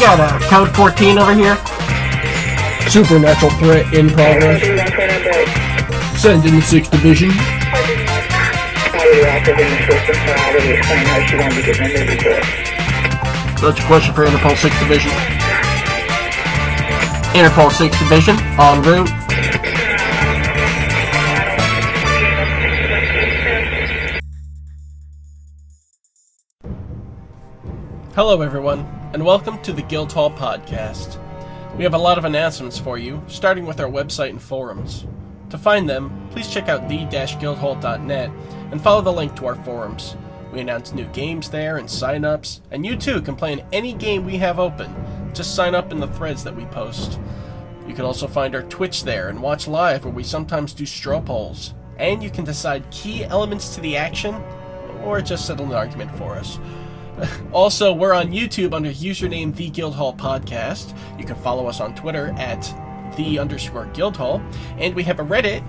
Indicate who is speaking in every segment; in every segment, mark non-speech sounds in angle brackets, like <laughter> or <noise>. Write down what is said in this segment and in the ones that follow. Speaker 1: got uh, code 14 over here.
Speaker 2: Supernatural threat in progress. Send in the 6th Division.
Speaker 1: That's your question for Interpol 6 Division. Interpol 6 Division, en route. Hello, everyone, and welcome to the Guildhall Podcast. We have a lot of announcements for you, starting with our website and forums. To find them, please check out the-guildhall.net and follow the link to our forums. We announce new games there and sign-ups, and you too can play in any game we have open. Just sign up in the threads that we post. You can also find our Twitch there and watch live where we sometimes do straw polls. And you can decide key elements to the action or just settle an argument for us. Also, we're on YouTube under username The Guildhall Podcast. You can follow us on Twitter at The underscore Guildhall. And we have a Reddit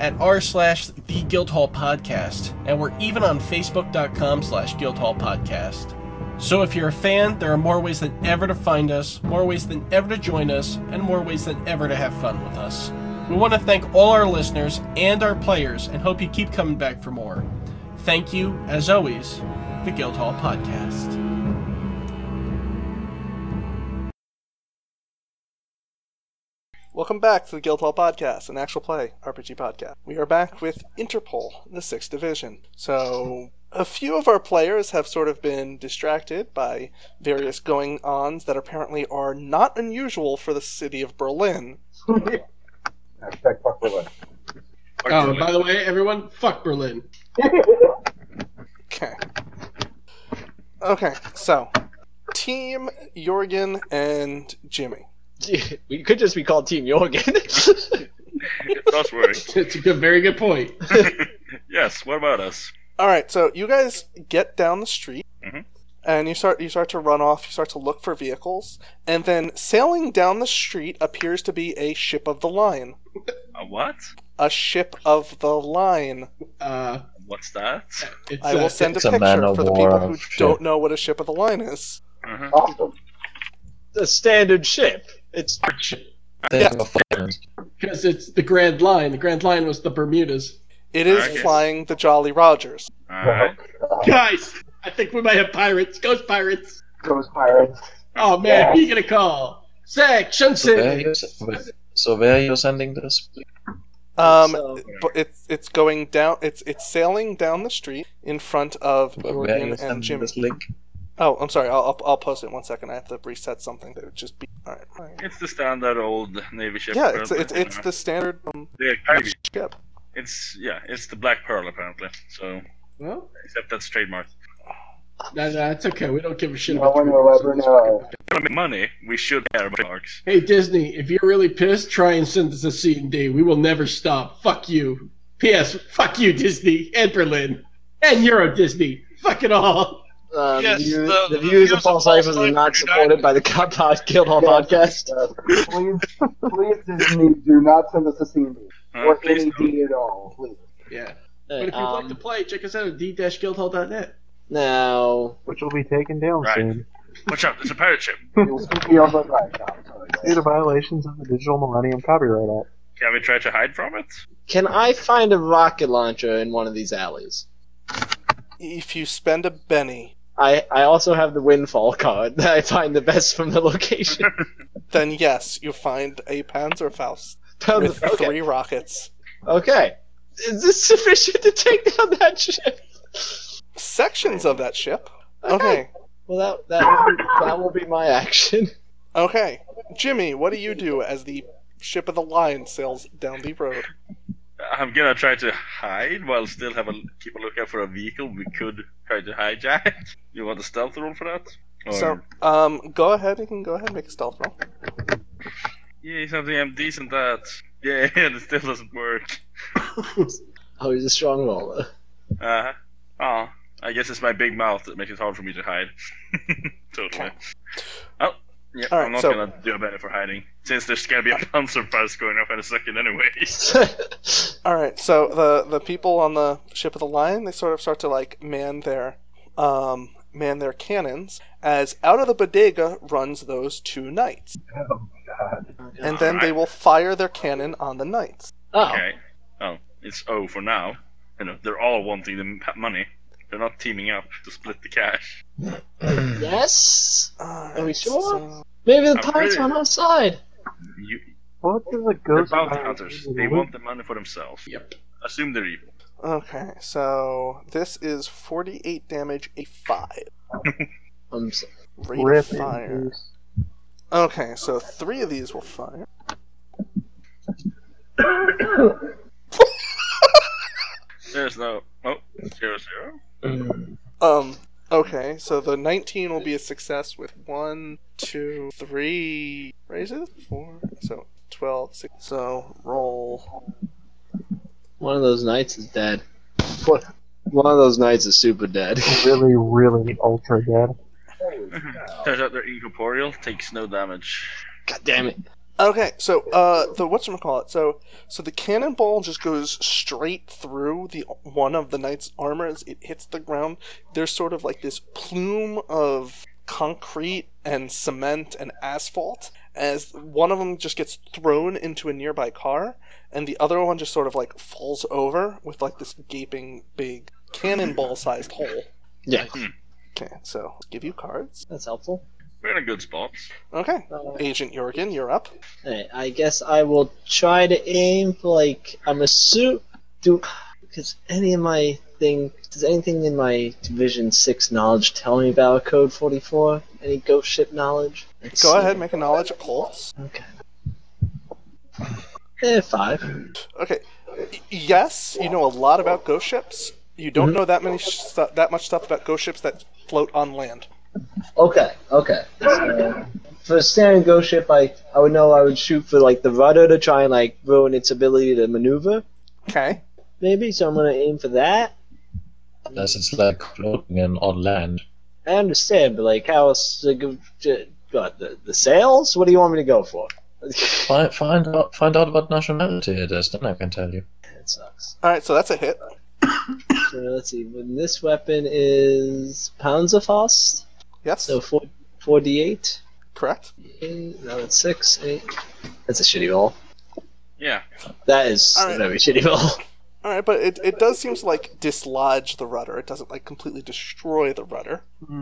Speaker 1: at r slash The Guildhall Podcast. And we're even on Facebook.com slash Guildhall Podcast. So if you're a fan, there are more ways than ever to find us, more ways than ever to join us, and more ways than ever to have fun with us. We want to thank all our listeners and our players and hope you keep coming back for more. Thank you, as always, the Guildhall Podcast.
Speaker 3: Welcome back to the Guildhall Podcast, an actual play RPG podcast. We are back with Interpol, the sixth division. So, a few of our players have sort of been distracted by various going ons that apparently are not unusual for the city of Berlin.
Speaker 4: Hashtag fuck Berlin.
Speaker 1: Oh, and by the way, everyone, fuck Berlin.
Speaker 3: Okay. Okay, so, Team Jorgen and Jimmy.
Speaker 5: we could just be called Team Jorgen.
Speaker 6: It's
Speaker 2: <laughs>
Speaker 6: us worry.
Speaker 2: It's a good, very good
Speaker 3: <laughs>
Speaker 2: point.
Speaker 6: yes, what about us?
Speaker 3: All right, so you guys get down the street,
Speaker 6: Mhm.
Speaker 3: and you start you start to run off. You start to look for vehicles, and then sailing down the street appears to be a ship of the line.
Speaker 6: A what?
Speaker 3: A ship of the line.
Speaker 2: Uh,
Speaker 6: What's that?
Speaker 2: it's,
Speaker 3: I
Speaker 2: uh,
Speaker 3: will send a
Speaker 7: it's a
Speaker 3: picture
Speaker 7: man of
Speaker 3: for the
Speaker 7: war
Speaker 3: people who
Speaker 7: of ship.
Speaker 3: don't know what a ship of the line is.
Speaker 6: Uh-huh.
Speaker 4: Awesome.
Speaker 5: the standard ship. It's
Speaker 7: They
Speaker 3: Yeah.
Speaker 7: have a phone.
Speaker 2: because it's the Grand Line. The Grand Line was the Bermudas.
Speaker 3: It is
Speaker 6: Okay.
Speaker 3: flying the Jolly Rogers.
Speaker 6: All right.
Speaker 2: Guys, I think we might have pirates. Ghost pirates.
Speaker 4: Those pirates.
Speaker 2: Oh man, who you gonna call? Zach,
Speaker 7: So where, are
Speaker 2: Shunsen.
Speaker 7: you, so where are you sending this?
Speaker 3: Um,
Speaker 5: So-
Speaker 3: but it's it's going down. It's it's sailing down the street in front of
Speaker 7: Where are you
Speaker 3: Jorgen and
Speaker 7: sending
Speaker 3: Jimmy.
Speaker 7: this link?
Speaker 3: Oh, I'm sorry. I'll, I'll I'll post it in one second. I have to reset something. It would just be all right. All right.
Speaker 6: It's the standard old Navy ship.
Speaker 3: Yeah, it's
Speaker 6: apparently,
Speaker 3: it's, it's
Speaker 6: you
Speaker 3: the standard um,
Speaker 6: know. The Navy-
Speaker 3: ship.
Speaker 6: It's yeah, it's the Black Pearl apparently. So
Speaker 2: Well,
Speaker 6: except that's trademark.
Speaker 2: no, no, it's okay. We don't give a shit
Speaker 4: No
Speaker 2: about
Speaker 4: one
Speaker 2: you.
Speaker 4: will ever know.
Speaker 6: If we make money, we should care about marks.
Speaker 2: Hey Disney, if you're really pissed, try and send us a C and D. We will never stop. Fuck you. P.S. Fuck you, Disney and Berlin and Euro Disney. Fuck it all.
Speaker 5: um,
Speaker 8: Yes,
Speaker 5: the, view-
Speaker 8: the- the
Speaker 5: the views of Paul Cyphers are
Speaker 8: Cyphers do
Speaker 5: not
Speaker 8: not-
Speaker 5: supported by the Cop Pod Guildhall podcast.
Speaker 4: Uh, please, please, Disney, do not send us a scene
Speaker 6: Uh,
Speaker 4: or
Speaker 6: please
Speaker 4: any
Speaker 6: don't.
Speaker 4: D at all, please.
Speaker 2: Yeah. But
Speaker 5: Hey,
Speaker 2: if you'd like
Speaker 5: um,
Speaker 2: to play, check us out at d-guildhall.net.
Speaker 5: now,
Speaker 9: which will be taken down
Speaker 6: Right.
Speaker 9: soon
Speaker 6: Watch out, there's a pirate ship.
Speaker 4: It will put me on the right now. Sorry, guys.
Speaker 9: due to violations of the Digital Millennium Copyright Act.
Speaker 6: Can we try to hide from it?
Speaker 5: can I find a rocket launcher in one of these alleys?
Speaker 3: If you spend a penny,
Speaker 5: I, I also have the windfall card that I find the best from the location.
Speaker 3: then yes, you find a Panzerfaust with
Speaker 5: okay.
Speaker 3: three rockets.
Speaker 5: okay. Is this <laughs> sufficient to take down that ship?
Speaker 3: Sections of that ship. Okay.
Speaker 5: Well, that, that, will be, that will be my action. <laughs>
Speaker 3: Okay. Jimmy, what do you do as the ship of the line sails down the road?
Speaker 6: I'm gonna try to hide while still have a keep a lookout for a vehicle we could try to hijack. <laughs> You want a stealth roll for that? Or,
Speaker 3: So, um, go ahead. You can go ahead and make a stealth roll.
Speaker 6: yeah, something I'm decent at. Yeah, <laughs> and it still doesn't work.
Speaker 5: Oh, he's a strong roller.
Speaker 6: Uh, oh, I guess it's my big mouth that makes it hard for me to hide. <laughs> totally. Oh, yeah,
Speaker 3: All right,
Speaker 6: I'm not
Speaker 3: so-
Speaker 6: gonna do a better for hiding, since there's gonna be a <laughs> bouncer pass going off in a second anyway.
Speaker 3: All right. So the the people on the ship of the line they sort of start to like man their um man their cannons as out of the bodega runs those two knights,
Speaker 4: Oh my god.
Speaker 3: and then they will fire their cannon on the knights.
Speaker 5: Oh,
Speaker 6: Okay. Oh, it's O for now. You know, they're all wanting the m- money. They're not teaming up to split the cash.
Speaker 5: yes?
Speaker 3: Are
Speaker 5: we sure? Maybe the
Speaker 6: I'm
Speaker 5: pirates
Speaker 6: pretty-
Speaker 5: are on our side.
Speaker 6: You,
Speaker 9: What does a
Speaker 6: they're
Speaker 9: ghost
Speaker 6: bounty
Speaker 9: pirate
Speaker 6: hunters.
Speaker 9: do to
Speaker 6: They
Speaker 9: loot?
Speaker 6: want the money for themselves.
Speaker 2: Yep.
Speaker 6: Assume they're evil.
Speaker 3: Okay, so this is 48 damage, a 5.
Speaker 5: I'm sorry.
Speaker 3: Rate
Speaker 9: Rip
Speaker 3: of fire.
Speaker 9: in peace.
Speaker 3: Okay, so three of these will fire.
Speaker 6: There's no. Oh, zero zero.
Speaker 3: Um, okay, so the 19 will be a success with one, two, three raises? 4, so 12, six. So roll.
Speaker 5: <laughs> One of those knights is dead. What? One of those knights is super dead.
Speaker 9: Really, really ultra dead.
Speaker 6: Turns out they're incorporeal, takes no damage.
Speaker 5: <laughs> God damn it.
Speaker 3: Okay, so uh, the whatchamacallit, so so the cannonball just goes straight through the one of the knight's armor as it hits the ground. There's sort of like this plume of concrete and cement and asphalt as one of them just gets thrown into a nearby car, and the other one just sort of like falls over with like this gaping big cannonball-sized hole.
Speaker 5: Yeah,
Speaker 3: Okay, so give you cards.
Speaker 5: that's helpful.
Speaker 6: We're in a good spot.
Speaker 3: Okay,
Speaker 5: Uh,
Speaker 3: Agent Jorgen, you're up.
Speaker 5: Alright, I guess I will try to aim for like I'm a suit. Do because any of my thing does anything in my Division Six knowledge tell me about Code Forty Four? Any ghost ship knowledge? Let's
Speaker 3: Go
Speaker 5: see.
Speaker 3: ahead, make a knowledge pulse.
Speaker 5: Okay. Eh, five.
Speaker 3: Okay. Y- Yes, you know a lot about ghost ships. You don't
Speaker 5: Mhm.
Speaker 3: know that many stu- that much stuff about ghost ships that float on land.
Speaker 5: Okay, okay. So, for a standard ghost ship, I I would know I would shoot for like the rudder to try and like ruin its ability to maneuver,
Speaker 3: Okay.
Speaker 5: maybe. So I'm gonna aim for that.
Speaker 7: Unless it's like floating and on land.
Speaker 5: I understand, but like, how else? Like, uh, j- what, the, the sales? What do you want me to go for? <laughs> that
Speaker 7: Find, find out find out what nationality it is, then I can tell you.
Speaker 5: sucks.
Speaker 3: All right, so that's a hit.
Speaker 5: So let's see. When this weapon is pounds of frost,
Speaker 3: Yes.
Speaker 5: so four, 48.
Speaker 3: correct.
Speaker 5: Eight, no, that's six, eight. That's a shitty roll.
Speaker 6: Yeah.
Speaker 5: That is
Speaker 3: All right.
Speaker 5: a very shitty roll.
Speaker 3: All right, but it, it does seem to like dislodge the rudder. It doesn't like completely destroy the rudder.
Speaker 5: <laughs>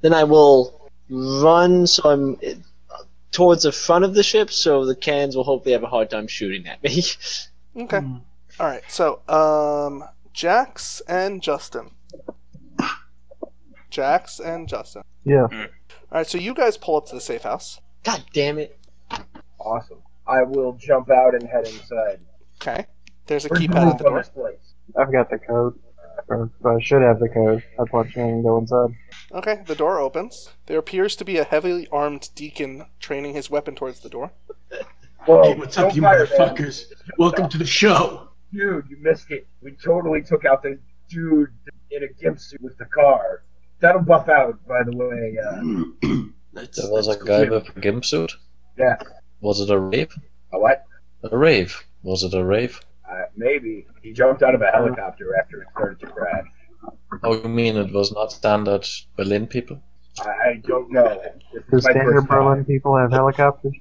Speaker 5: Then I will run so I'm uh, towards the front of the ship, so the cans will hopefully have a hard time shooting at me. <laughs>
Speaker 3: Okay. All right. So, um, Jax and Justin. Jax and Justin.
Speaker 9: Yeah.
Speaker 3: All right, so you guys pull up to the safe house.
Speaker 5: God damn it.
Speaker 4: Awesome. I will jump out and head inside.
Speaker 3: Okay. There's a
Speaker 4: We're
Speaker 3: keypad
Speaker 4: going
Speaker 3: at the door.
Speaker 4: from this place.
Speaker 9: I forgot the code. Or I should have the code. That's why I can't go inside.
Speaker 3: Okay, the door opens. There appears to be a heavily armed deacon training his weapon towards the door.
Speaker 4: Whoa,
Speaker 2: Hey, what's up,
Speaker 4: don't
Speaker 2: you
Speaker 4: fire that.
Speaker 2: motherfuckers? Welcome to the show.
Speaker 4: Dude, you missed it. We totally took out the dude in a gimp suit with the car. That'll buff out, by the way. Uh,
Speaker 2: that's,
Speaker 7: There was a
Speaker 2: that's
Speaker 7: guy
Speaker 2: clear.
Speaker 7: with a gimp suit.
Speaker 4: yeah.
Speaker 7: Was it a rave?
Speaker 4: A what?
Speaker 7: A rave. Was it a rave?
Speaker 4: Uh, maybe. He jumped out of a helicopter after it started to crash.
Speaker 7: Oh, you mean it was not standard Berlin people?
Speaker 4: I, I don't know. This
Speaker 9: Do
Speaker 4: is my
Speaker 9: standard
Speaker 4: first time.
Speaker 9: Berlin people have helicopters?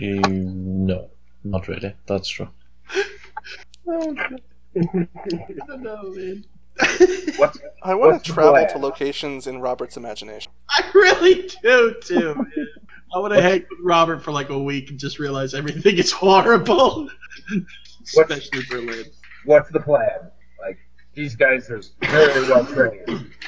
Speaker 7: Eh, no, not really. That's true.
Speaker 2: I don't know, man.
Speaker 4: What's,
Speaker 3: I want
Speaker 4: What's
Speaker 3: to
Speaker 4: the
Speaker 3: travel
Speaker 4: plan?
Speaker 3: to locations in Robert's imagination.
Speaker 2: I <laughs> really do too. Man. I want to hang with Robert for like a week and just realize everything is horrible,
Speaker 4: What-
Speaker 2: especially Berlin.
Speaker 4: what's the plan? Like, these guys are very well trained.
Speaker 2: <laughs>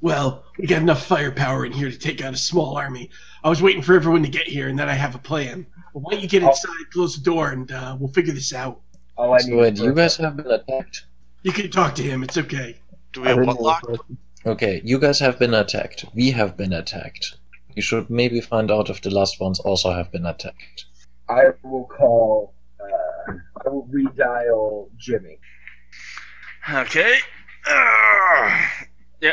Speaker 2: Well, we got enough firepower in here to take out a small army. I was waiting for everyone to get here, and then I have a plan. But why don't you get
Speaker 4: Oh.
Speaker 2: inside, close the door, and uh, we'll figure this out.
Speaker 4: All I
Speaker 7: So
Speaker 4: need
Speaker 7: wait,
Speaker 4: is
Speaker 7: you guys have been attacked.
Speaker 2: You can talk to him. It's okay.
Speaker 8: Do we
Speaker 9: I
Speaker 8: have
Speaker 9: didn't
Speaker 8: what
Speaker 9: know
Speaker 8: lock?
Speaker 9: the
Speaker 7: Okay, you guys have been attacked. We have been attacked. You should maybe find out if the last ones also have been attacked.
Speaker 4: I will call. Uh, I will redial Jimmy.
Speaker 6: Okay. Ah.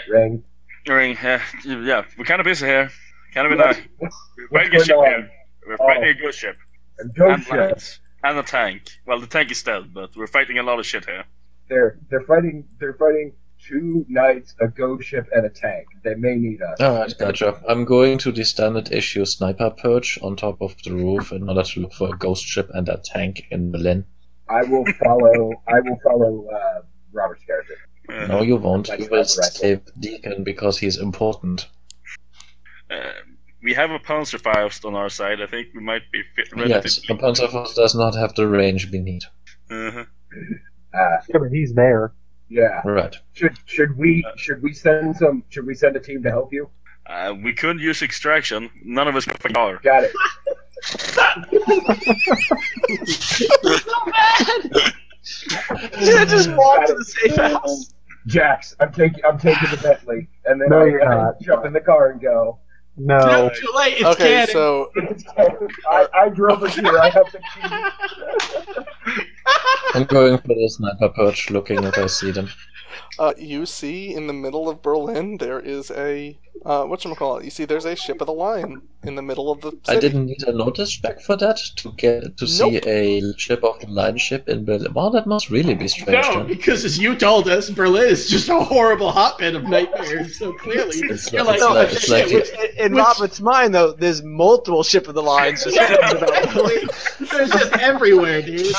Speaker 4: Ring.
Speaker 6: During, uh, yeah, we're kind of busy here. Kind of in
Speaker 4: What's,
Speaker 6: a
Speaker 4: what's,
Speaker 6: we're
Speaker 4: what's
Speaker 6: fighting a ship
Speaker 4: going on?
Speaker 6: here. We're fighting
Speaker 4: Oh.
Speaker 6: a ghost ship
Speaker 4: And
Speaker 6: and
Speaker 4: Ghost ship.
Speaker 6: lights and a tank. Well, the tank is dead, but we're fighting a lot of shit here.
Speaker 4: They're they're fighting. They're fighting two knights, a go ship, and a tank. They may need us.
Speaker 7: Alright, gotcha. I'm going to the standard issue sniper perch on top of the roof in order to look for a ghost ship and a tank in Berlin.
Speaker 4: I will follow. I will follow uh, Robert's character.
Speaker 6: Uh,
Speaker 4: Oh.
Speaker 7: No, you won't.
Speaker 4: Like
Speaker 7: You
Speaker 4: that,
Speaker 7: will
Speaker 4: right.
Speaker 7: save Deacon because he's important.
Speaker 6: uh, we have a Panzer Faust on our side. I think we might be fit
Speaker 7: Yes, a Panzer Faust does not have the range we need.
Speaker 6: Uh-huh.
Speaker 4: Uh,
Speaker 9: Yeah, but he's there.
Speaker 4: yeah.
Speaker 7: Right.
Speaker 4: Should should we should we send some? Should we send a team to help you?
Speaker 6: Uh, we could use extraction. None of us got a car.
Speaker 4: Got
Speaker 5: <laughs>
Speaker 4: it.
Speaker 5: Yeah, just walk to the safe house.
Speaker 4: Jax, I'm taking I'm taking the Bentley, and then
Speaker 9: No,
Speaker 4: I,
Speaker 9: you're
Speaker 4: I
Speaker 9: not.
Speaker 4: jump in the car and go.
Speaker 9: No.
Speaker 2: <laughs> No, too late. It's
Speaker 3: okay,
Speaker 2: canon.
Speaker 3: so
Speaker 4: I, I drove it here. I have the key.
Speaker 7: I'm going for the sniper perch looking if I see them.
Speaker 3: uh, you see in the middle of Berlin there is a uh, whatchamacallit? You see there's a ship of the line in the middle of the city.
Speaker 7: I didn't need a notice check for that to get to see a ship of the line ship in Berlin. Wow, that must really be strange.
Speaker 2: No,
Speaker 7: then.
Speaker 2: because as you told us, Berlin is just a horrible hotbed of nightmares. So clearly,
Speaker 7: It's
Speaker 2: you're
Speaker 7: like-
Speaker 2: like,
Speaker 7: it's
Speaker 2: oh,
Speaker 7: like- it's
Speaker 2: shit,
Speaker 7: like
Speaker 2: which-
Speaker 5: In
Speaker 2: Which-
Speaker 5: Robert's mind, though, there's multiple ship of the
Speaker 2: <laughs>
Speaker 5: lines. Just
Speaker 2: exactly. There's just everywhere, dude.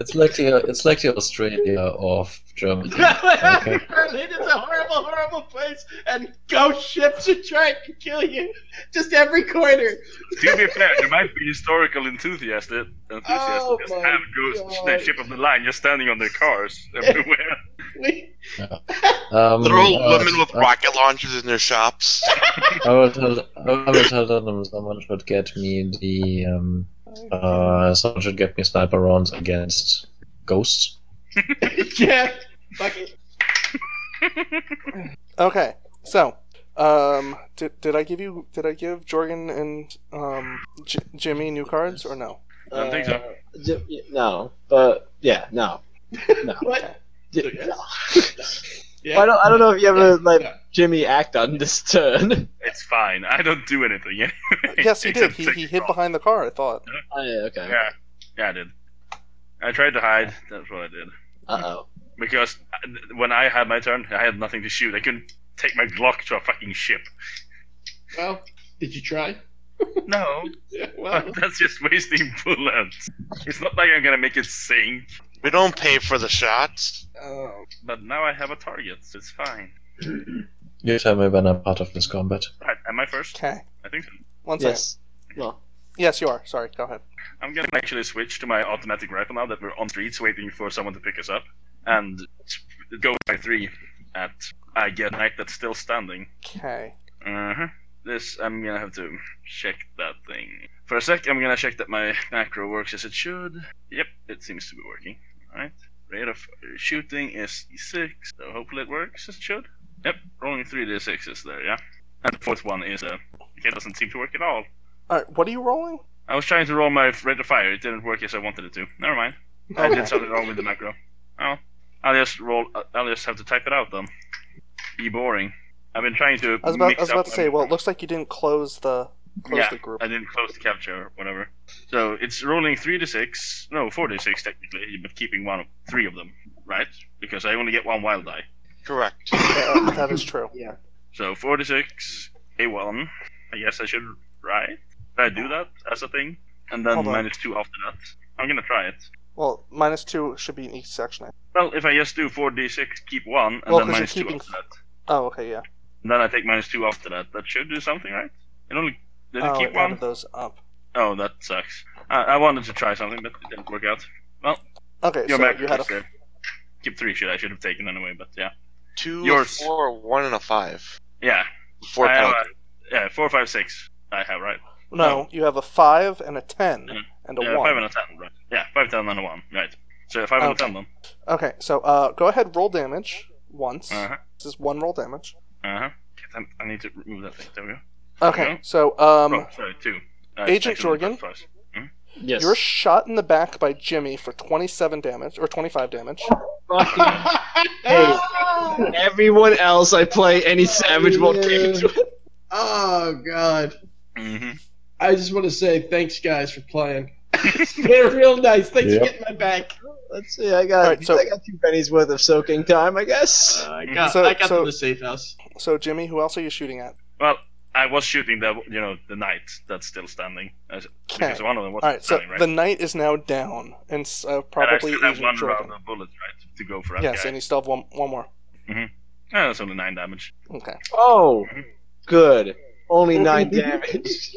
Speaker 7: It's like the it's like the Australia of <laughs> Germany. Okay.
Speaker 2: Berlin is a horrible, horrible place, and ghost ships are trying to kill you. Just every corner.
Speaker 6: to be fair, there might be historical enthusiasts that enthusiasts
Speaker 2: Oh
Speaker 6: that just
Speaker 2: my
Speaker 6: have ghosts
Speaker 2: God.
Speaker 6: that ship of the line just standing on
Speaker 2: <laughs>
Speaker 6: their cars everywhere.
Speaker 2: We,
Speaker 7: Um,
Speaker 8: They're all
Speaker 7: uh,
Speaker 8: women with
Speaker 7: I-
Speaker 8: rocket launchers in their shops.
Speaker 7: <laughs> I will tell I will tell them someone should get me the um uh someone should get me sniper rounds against ghosts.
Speaker 2: yeah. Fuck it.
Speaker 3: Okay, so um, did did I give you did I give Jorgen and um, J- Jimmy new cards or no?
Speaker 6: I don't think
Speaker 2: Uh.
Speaker 6: so.
Speaker 5: j- no, but yeah,
Speaker 2: <laughs>
Speaker 5: no.
Speaker 2: What?
Speaker 5: J-
Speaker 2: Yes.
Speaker 5: no.
Speaker 2: <laughs> Yeah.
Speaker 5: I don't. I don't know if you ever let
Speaker 2: Yeah.
Speaker 5: Jimmy act on this turn. <laughs>
Speaker 6: It's fine. I don't do anything. <laughs> anyway,
Speaker 3: Yes,
Speaker 2: <laughs>
Speaker 3: he did.
Speaker 6: except
Speaker 3: He
Speaker 6: take
Speaker 3: he
Speaker 6: the
Speaker 3: hid
Speaker 6: car.
Speaker 3: behind the car. I thought.
Speaker 5: Oh, yeah, okay.
Speaker 6: Yeah, yeah, I did. I tried to hide. That's what I did.
Speaker 5: Uh oh.
Speaker 6: Because uh, when I had my turn, I had nothing to shoot. I couldn't take my Glock to a fucking ship.
Speaker 2: Well, did you try? <laughs>
Speaker 6: No, <laughs>
Speaker 2: Yeah, well,
Speaker 6: but that's just wasting <laughs> bullets. It's not like I'm gonna make it sink.
Speaker 8: We don't pay for the shots.
Speaker 3: Uh,
Speaker 6: But now I have a target, so it's fine.
Speaker 7: You tell me when I'm part of this combat.
Speaker 6: Right, am I first?
Speaker 3: Okay,
Speaker 6: I think so.
Speaker 3: one second. Yes.
Speaker 5: Yes.
Speaker 3: you are. Sorry, go ahead.
Speaker 6: I'm gonna actually switch to my automatic rifle now that we're on streets waiting for someone to pick us up, and go by three at I get knight that's still standing.
Speaker 3: Okay.
Speaker 6: Uh huh. This I'm gonna have to check that thing for a sec. I'm gonna check that my macro works as it should. Yep, it seems to be working. All right. Rate of shooting is six, so hopefully it works as it should. Yep, rolling three d6s there, yeah. And the fourth one is uh, it doesn't seem to work at all.
Speaker 3: All right. What are you rolling?
Speaker 6: I was trying to roll my rate of fire. It didn't work as I wanted it to. Never mind. I
Speaker 3: Okay.
Speaker 6: did something wrong with the macro. Oh, I'll just roll. I'll just have to type it out then. Be boring. I've been trying to.
Speaker 3: I was about,
Speaker 6: mix
Speaker 3: I was
Speaker 6: up
Speaker 3: about to
Speaker 6: my-
Speaker 3: say. Well, it looks like you didn't close the close
Speaker 6: Yeah,
Speaker 3: the group.
Speaker 6: I didn't close the capture or whatever. So it's rolling three to six. No, four to six technically, but keeping one of three of them, right? Because I only get one wild die.
Speaker 3: <laughs>
Speaker 8: Correct.
Speaker 3: Yeah, Uh, that is true.
Speaker 6: So four to six, a one. I guess I should right. Did I do that as a thing? And then
Speaker 3: Hold on.
Speaker 6: minus two after that. I'm gonna try it.
Speaker 3: Well, minus two should be in each section.
Speaker 6: Well, if I just do 4d6, keep 1, and
Speaker 3: Well,
Speaker 6: then
Speaker 3: 'cause
Speaker 6: minus 2
Speaker 3: you're keeping-
Speaker 6: after that.
Speaker 3: Oh, okay, yeah.
Speaker 6: And then I take minus 2 after that. That should do something, right? It only. Did it
Speaker 3: oh,
Speaker 6: keep
Speaker 3: it added
Speaker 6: 1?
Speaker 3: those up.
Speaker 6: Oh, that sucks. I, I wanted to try something, but it didn't work out.
Speaker 3: Okay, so
Speaker 6: Your back
Speaker 3: you had a
Speaker 6: is there. Keep 3 should I should have taken anyway, but yeah.
Speaker 8: Two,
Speaker 6: Yours.
Speaker 8: a four, a one, and a five.
Speaker 6: Yeah.
Speaker 8: Four
Speaker 6: I have
Speaker 8: penalty.
Speaker 6: a- yeah, 4, 5, 6. I have, right?
Speaker 3: no, You have a five and a ten
Speaker 6: Mhm.
Speaker 3: and a
Speaker 6: yeah,
Speaker 3: one.
Speaker 6: 5 and a 10, right? Yeah, 5, 10, and a 1, right. So 5 and a
Speaker 3: Okay.
Speaker 6: 10 then.
Speaker 3: Okay, so uh, go ahead, roll damage once.
Speaker 6: Uh huh.
Speaker 3: This is one roll damage.
Speaker 6: Uh huh. I need to remove that thing. There we go.
Speaker 3: Okay,
Speaker 6: Yeah.
Speaker 3: so um,
Speaker 6: oh, sorry, 2. I
Speaker 3: Agent
Speaker 6: accidentally
Speaker 3: Jorgen?
Speaker 6: pressed twice.
Speaker 5: Yes.
Speaker 3: you're shot in the back by Jimmy for 27 damage or 25 damage.
Speaker 2: <laughs>
Speaker 5: fucking. hey, everyone else I play any Savage World
Speaker 2: <laughs>
Speaker 5: games with.
Speaker 2: oh god.
Speaker 6: Mhm. Mm-hmm.
Speaker 3: <laughs>
Speaker 2: I just want to say thanks, guys, for playing. They're real nice. Thanks
Speaker 7: Yep.
Speaker 2: for getting my back.
Speaker 5: Let's see. I got
Speaker 3: Alright, so-
Speaker 5: I got two pennies worth of soaking time, I guess.
Speaker 2: Uh, I got,
Speaker 3: So-
Speaker 2: I got
Speaker 3: so-
Speaker 2: them to the safe house.
Speaker 3: So, Jimmy, who else are you shooting at?
Speaker 6: <laughs> Well, I was shooting the you know the knight that's still standing as- because one of them was
Speaker 3: All right, so
Speaker 6: standing, right?
Speaker 3: the knight is now down, and s- uh,
Speaker 6: And I
Speaker 3: probably
Speaker 6: still have
Speaker 3: Agent
Speaker 6: one
Speaker 3: Jordan.
Speaker 6: round of bullets, right, to go for that
Speaker 3: Yes,
Speaker 6: guy.
Speaker 3: and you still have one, one more.
Speaker 6: Ah, that's only nine damage.
Speaker 3: Okay.
Speaker 5: Oh, good.
Speaker 3: <laughs>
Speaker 5: Only nine damage.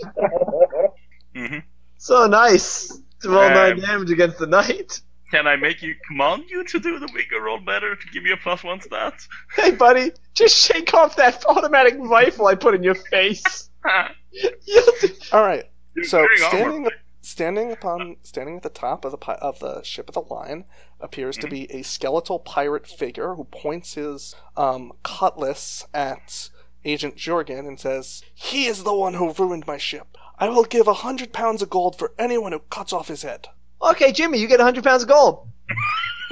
Speaker 6: hmm
Speaker 5: So nice. To roll nine
Speaker 6: Um,
Speaker 5: damage against the knight. <laughs>
Speaker 6: Can I make you command you to do the bigger roll better to give you a plus one stat?
Speaker 5: Hey, buddy, just shake off that automatic rifle I put in your
Speaker 3: <laughs>
Speaker 5: face. <laughs> You'll do-
Speaker 3: All right.
Speaker 6: You're
Speaker 3: So
Speaker 6: wearing armor.
Speaker 3: standing, standing upon, standing at the top of the pi- of the ship of the line appears to
Speaker 6: Mhm.
Speaker 3: be a skeletal pirate figure who points his um, cutlass at Agent Jorgen and says, "He is the one who ruined my ship. I will give a hundred pounds of gold for anyone who cuts off his head."
Speaker 5: okay, Jimmy, you get 100 pounds of gold. <laughs>
Speaker 3: <laughs>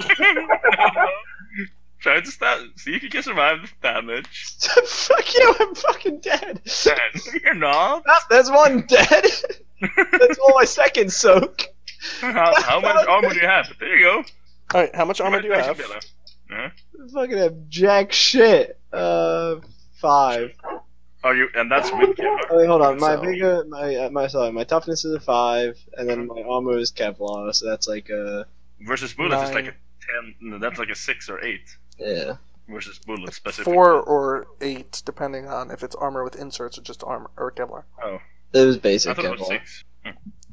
Speaker 6: Try to sta- see if you can survive the
Speaker 3: <laughs>
Speaker 6: damage.
Speaker 5: Fuck you, I'm fucking dead.
Speaker 6: You're not. <laughs>
Speaker 5: Ah, there's one dead. <laughs> That's all my second soak.
Speaker 6: how, how much armor do you have? There you go.
Speaker 3: All right, how much armor do you have?
Speaker 6: Actually,
Speaker 5: Fucking have jack shit. Uh, five.
Speaker 6: Are you? And that's with
Speaker 5: Oh,
Speaker 6: Kevlar.
Speaker 5: wait, hold on. My
Speaker 3: So-
Speaker 5: vigor, my uh, my sorry, my toughness is a five, and then my armor is Kevlar, so that's like a
Speaker 6: Versus bullets, it's
Speaker 3: Nine.
Speaker 6: like a ten. No, that's like a six or eight.
Speaker 5: yeah.
Speaker 6: Versus bullets specifically.
Speaker 3: Four or eight, depending on if it's armor with inserts or just armor or Kevlar.
Speaker 5: It was
Speaker 6: I
Speaker 5: basic
Speaker 6: thought it was
Speaker 5: Kevlar.
Speaker 6: six.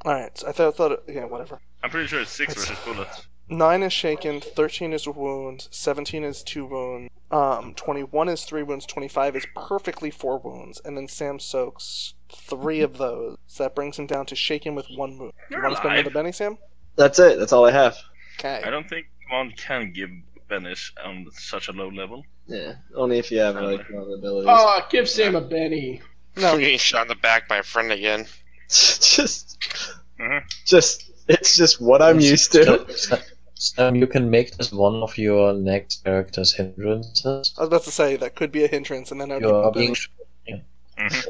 Speaker 3: All right, so I thought, thought it- yeah, whatever.
Speaker 6: I'm pretty sure it's six
Speaker 3: That's-
Speaker 6: versus bullets.
Speaker 3: Nine is shaken, thirteen is a wound, seventeen is two wounds, um, twenty-one is three wounds, twenty-five is perfectly four wounds, and then Sam soaks three of those. So that brings him down to shaken with one wound. You
Speaker 6: You're
Speaker 3: want to spend another
Speaker 6: alive.
Speaker 3: Benny, Sam?
Speaker 5: That's it. That's all I have.
Speaker 6: I
Speaker 3: Okay.
Speaker 6: don't think one can give Benish on such a low level.
Speaker 5: Yeah, only if you have like one of the abilities.
Speaker 2: Oh, give Sam a Benny.
Speaker 8: I'm getting shot in the back by a friend again.
Speaker 5: <laughs> just,
Speaker 6: Mhm.
Speaker 5: just it's just what I'm used to.
Speaker 7: <laughs> Sam- Sam, you can make this one of your next character's hindrances.
Speaker 3: I was about to say that could be a hindrance, and then I would
Speaker 7: You are
Speaker 3: give
Speaker 7: being
Speaker 3: Benny.
Speaker 7: shot.
Speaker 5: <laughs> It's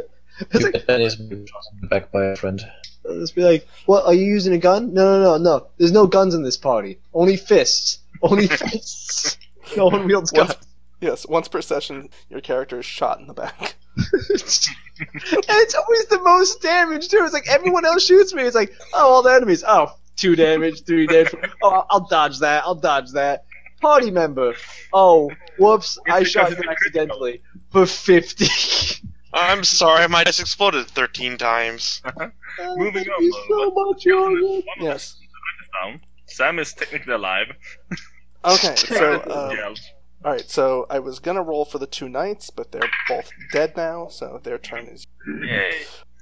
Speaker 7: You
Speaker 5: like,
Speaker 7: get Benny's being shot in the back by a friend.
Speaker 5: I'll just be like, what? Are you using a gun? No, no, no, no. There's no guns in this party. Only fists. Only fists. No one wields guns.
Speaker 3: Once, yes, once per session, your character is shot in the
Speaker 6: <laughs>
Speaker 3: back.
Speaker 5: and it's always the most damage too. It's like everyone else shoots me. It's like, oh, all the enemies. Oh, two damage, three damage. Oh, I'll- I'll dodge that. I'll dodge that. Party member. Oh, whoops! I
Speaker 6: It's
Speaker 5: shot
Speaker 6: because it's
Speaker 5: you
Speaker 6: a
Speaker 5: accidentally for fifty.
Speaker 8: I'm sorry, my dice exploded 13
Speaker 6: <laughs>
Speaker 8: times.
Speaker 5: Oh,
Speaker 6: Uh-huh. Moving
Speaker 5: thank
Speaker 6: on,
Speaker 5: you
Speaker 6: though.
Speaker 5: so
Speaker 6: <laughs>
Speaker 5: much,
Speaker 6: One
Speaker 5: Jordan.
Speaker 6: of them
Speaker 3: Yes.
Speaker 6: is down. Sam is technically alive.
Speaker 3: Okay,
Speaker 6: <laughs>
Speaker 3: so
Speaker 6: Sam
Speaker 3: um,
Speaker 6: yelled.
Speaker 3: all right, so I was gonna roll for the two knights, but they're both dead now, so their turn is
Speaker 6: Yay.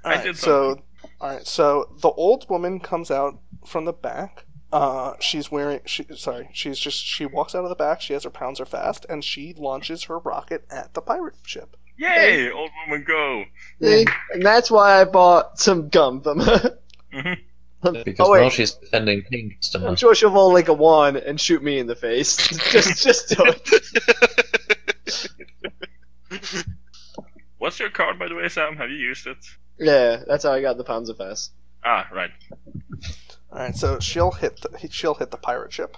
Speaker 6: I
Speaker 3: Alright,
Speaker 6: did
Speaker 3: so alright, so the old woman comes out from the back. Uh, she's wearing she sorry, she's just she walks out of the back, she has her pounds are fast, and she launches her rocket at the pirate ship.
Speaker 6: Yay! Old woman, go!
Speaker 5: See? And that's why I bought some gum from her.
Speaker 6: Mhm.
Speaker 5: <laughs>
Speaker 7: Because
Speaker 5: oh
Speaker 7: now
Speaker 5: wait,
Speaker 7: she's defending paying
Speaker 5: I'm
Speaker 7: customers.
Speaker 5: sure she'll roll like a one and shoot me in the face. <laughs> just, just do it.
Speaker 8: <laughs>
Speaker 6: What's your card, by the way, Sam? Have you used it?
Speaker 5: Yeah, that's how I got the pounds of fast.
Speaker 6: Ah, right. <laughs>
Speaker 3: Alright, so she'll hit the, she'll hit the pirate ship.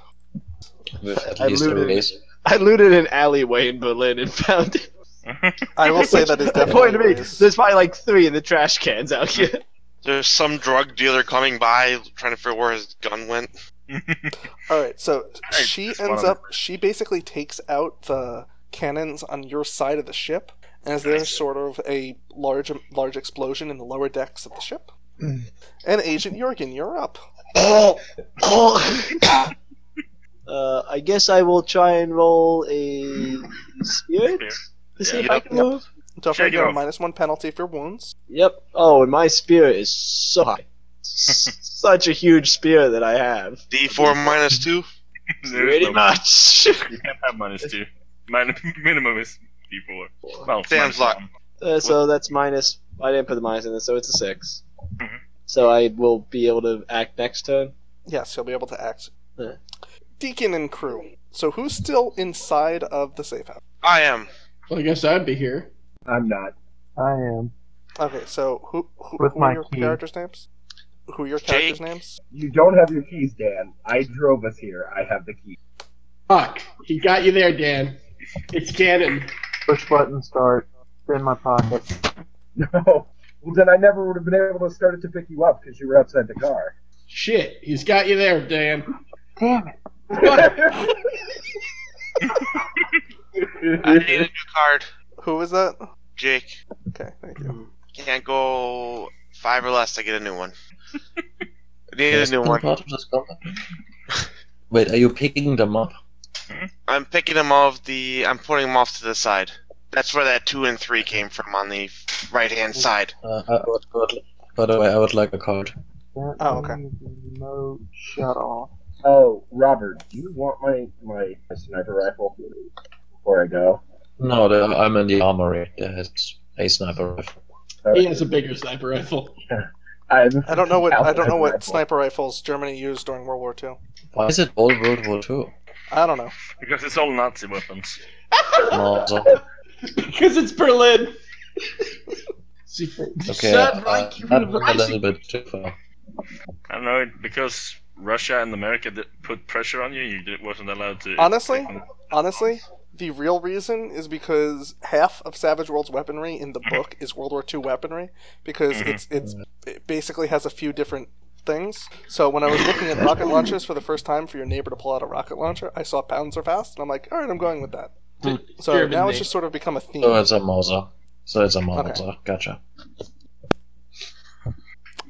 Speaker 7: With at
Speaker 5: I
Speaker 7: least a
Speaker 5: looted.
Speaker 7: raise.
Speaker 5: I looted an alleyway in Berlin and found it. <laughs>
Speaker 3: I will say that is
Speaker 5: The point
Speaker 3: definitely
Speaker 5: of me,
Speaker 3: raised.
Speaker 5: there's probably like three in the trash cans out <laughs> here.
Speaker 8: There's some drug dealer coming by trying to figure where his gun went.
Speaker 3: All right, so
Speaker 6: Hey,
Speaker 3: she
Speaker 6: it's
Speaker 3: ends
Speaker 6: one of
Speaker 3: up. She basically takes out the cannons on your side of the ship, as
Speaker 6: Nice.
Speaker 3: there's sort of a large, large explosion in the lower decks of the ship.
Speaker 2: Mm.
Speaker 3: and Agent Jorgen, you're up.
Speaker 5: uh, I guess I will try and roll a spirit
Speaker 6: Spear.
Speaker 5: to see
Speaker 6: Yeah.
Speaker 5: if I can
Speaker 3: Yep.
Speaker 5: move.
Speaker 3: Don't
Speaker 6: Shake
Speaker 3: forget
Speaker 6: it
Speaker 3: you have a
Speaker 6: off.
Speaker 3: minus one penalty for wounds.
Speaker 5: Yep. Oh, and my spirit is so high. S- Such a huge spear that I have.
Speaker 8: D4 minus 2?
Speaker 6: There is
Speaker 5: Pretty
Speaker 6: no-
Speaker 5: much. <laughs>
Speaker 6: You can't have minus two. Min- <laughs> minimum is D4. Well, it's
Speaker 8: Sam's
Speaker 6: minus
Speaker 8: luck.
Speaker 6: one.
Speaker 5: Uh, so that's minus. I didn't put the minus in this, so it's a 6 Mm-hmm.
Speaker 6: Mhm.
Speaker 5: So I will be able to act next turn.
Speaker 3: Yes, you'll be able to act.
Speaker 5: Yeah.
Speaker 3: Deacon and crew. So who's still inside of the safe house?
Speaker 8: I am.
Speaker 2: Well, I guess I'd be here.
Speaker 4: I'm not.
Speaker 9: I am.
Speaker 3: Okay, so who who,
Speaker 9: With
Speaker 3: who are
Speaker 9: my
Speaker 3: your
Speaker 9: key.
Speaker 3: characters' names? who are your characters'
Speaker 5: Jake.
Speaker 3: names?
Speaker 2: You don't have your keys, Dan. I drove us here. I have the keys.
Speaker 1: Fuck. He got you there, Dan. It's canon.
Speaker 10: Push button start. It's In my pocket.
Speaker 2: No. Well, then I never would have been able to start it to pick you up because you were outside the car.
Speaker 1: Shit. He's got you there, Dan.
Speaker 10: Damn it.
Speaker 5: I need a new card.
Speaker 3: Who is that?
Speaker 5: Jake,
Speaker 3: Okay, thank you.
Speaker 5: can't go five or less to get a new one. I need a new
Speaker 7: Isn't
Speaker 5: one.
Speaker 7: part of this problem? <laughs> Wait, are you picking them up?
Speaker 5: I'm picking them off the. I'm putting them off to the side. That's where that two and three came from on the right hand side.
Speaker 7: Uh, I I would, I would, by the way, I would like a card.
Speaker 10: That
Speaker 3: Oh, okay.
Speaker 10: means Remote shut off.
Speaker 2: oh, Robert, do you want my, my sniper rifle before I go?
Speaker 7: No, the, I'm in the armory. There's a sniper rifle.
Speaker 2: All
Speaker 1: He
Speaker 2: right.
Speaker 1: has a bigger sniper rifle.
Speaker 2: I'm-
Speaker 3: I don't know what I don't know what
Speaker 2: Rifle.
Speaker 3: sniper rifles Germany used during World War II.
Speaker 7: Why is it all World War Two?
Speaker 3: I don't know.
Speaker 6: Because it's all Nazi weapons.
Speaker 7: No, so,
Speaker 1: Because it's Berlin.
Speaker 2: <laughs>
Speaker 1: Sie-
Speaker 7: okay,
Speaker 1: Third
Speaker 7: uh,
Speaker 1: Reich
Speaker 7: that went a
Speaker 1: Rising.
Speaker 7: little bit too far.
Speaker 6: I don't know, it- because Russia and America did put pressure on you, you did, wasn't allowed to.
Speaker 3: Honestly, honestly, the real reason is because half of Savage World's weaponry in the book is World War II weaponry because it's it's it basically has a few different things. So when I was looking at rocket launchers for the first time for your neighbor to pull out a rocket launcher, I saw Pounds Are Fast, and I'm like, all right, I'm going with that. So
Speaker 1: German
Speaker 3: now
Speaker 1: name.
Speaker 3: it's just sort of become a theme.
Speaker 7: So it's a Mauser. So it's a
Speaker 3: Okay.
Speaker 7: Mauser. Gotcha.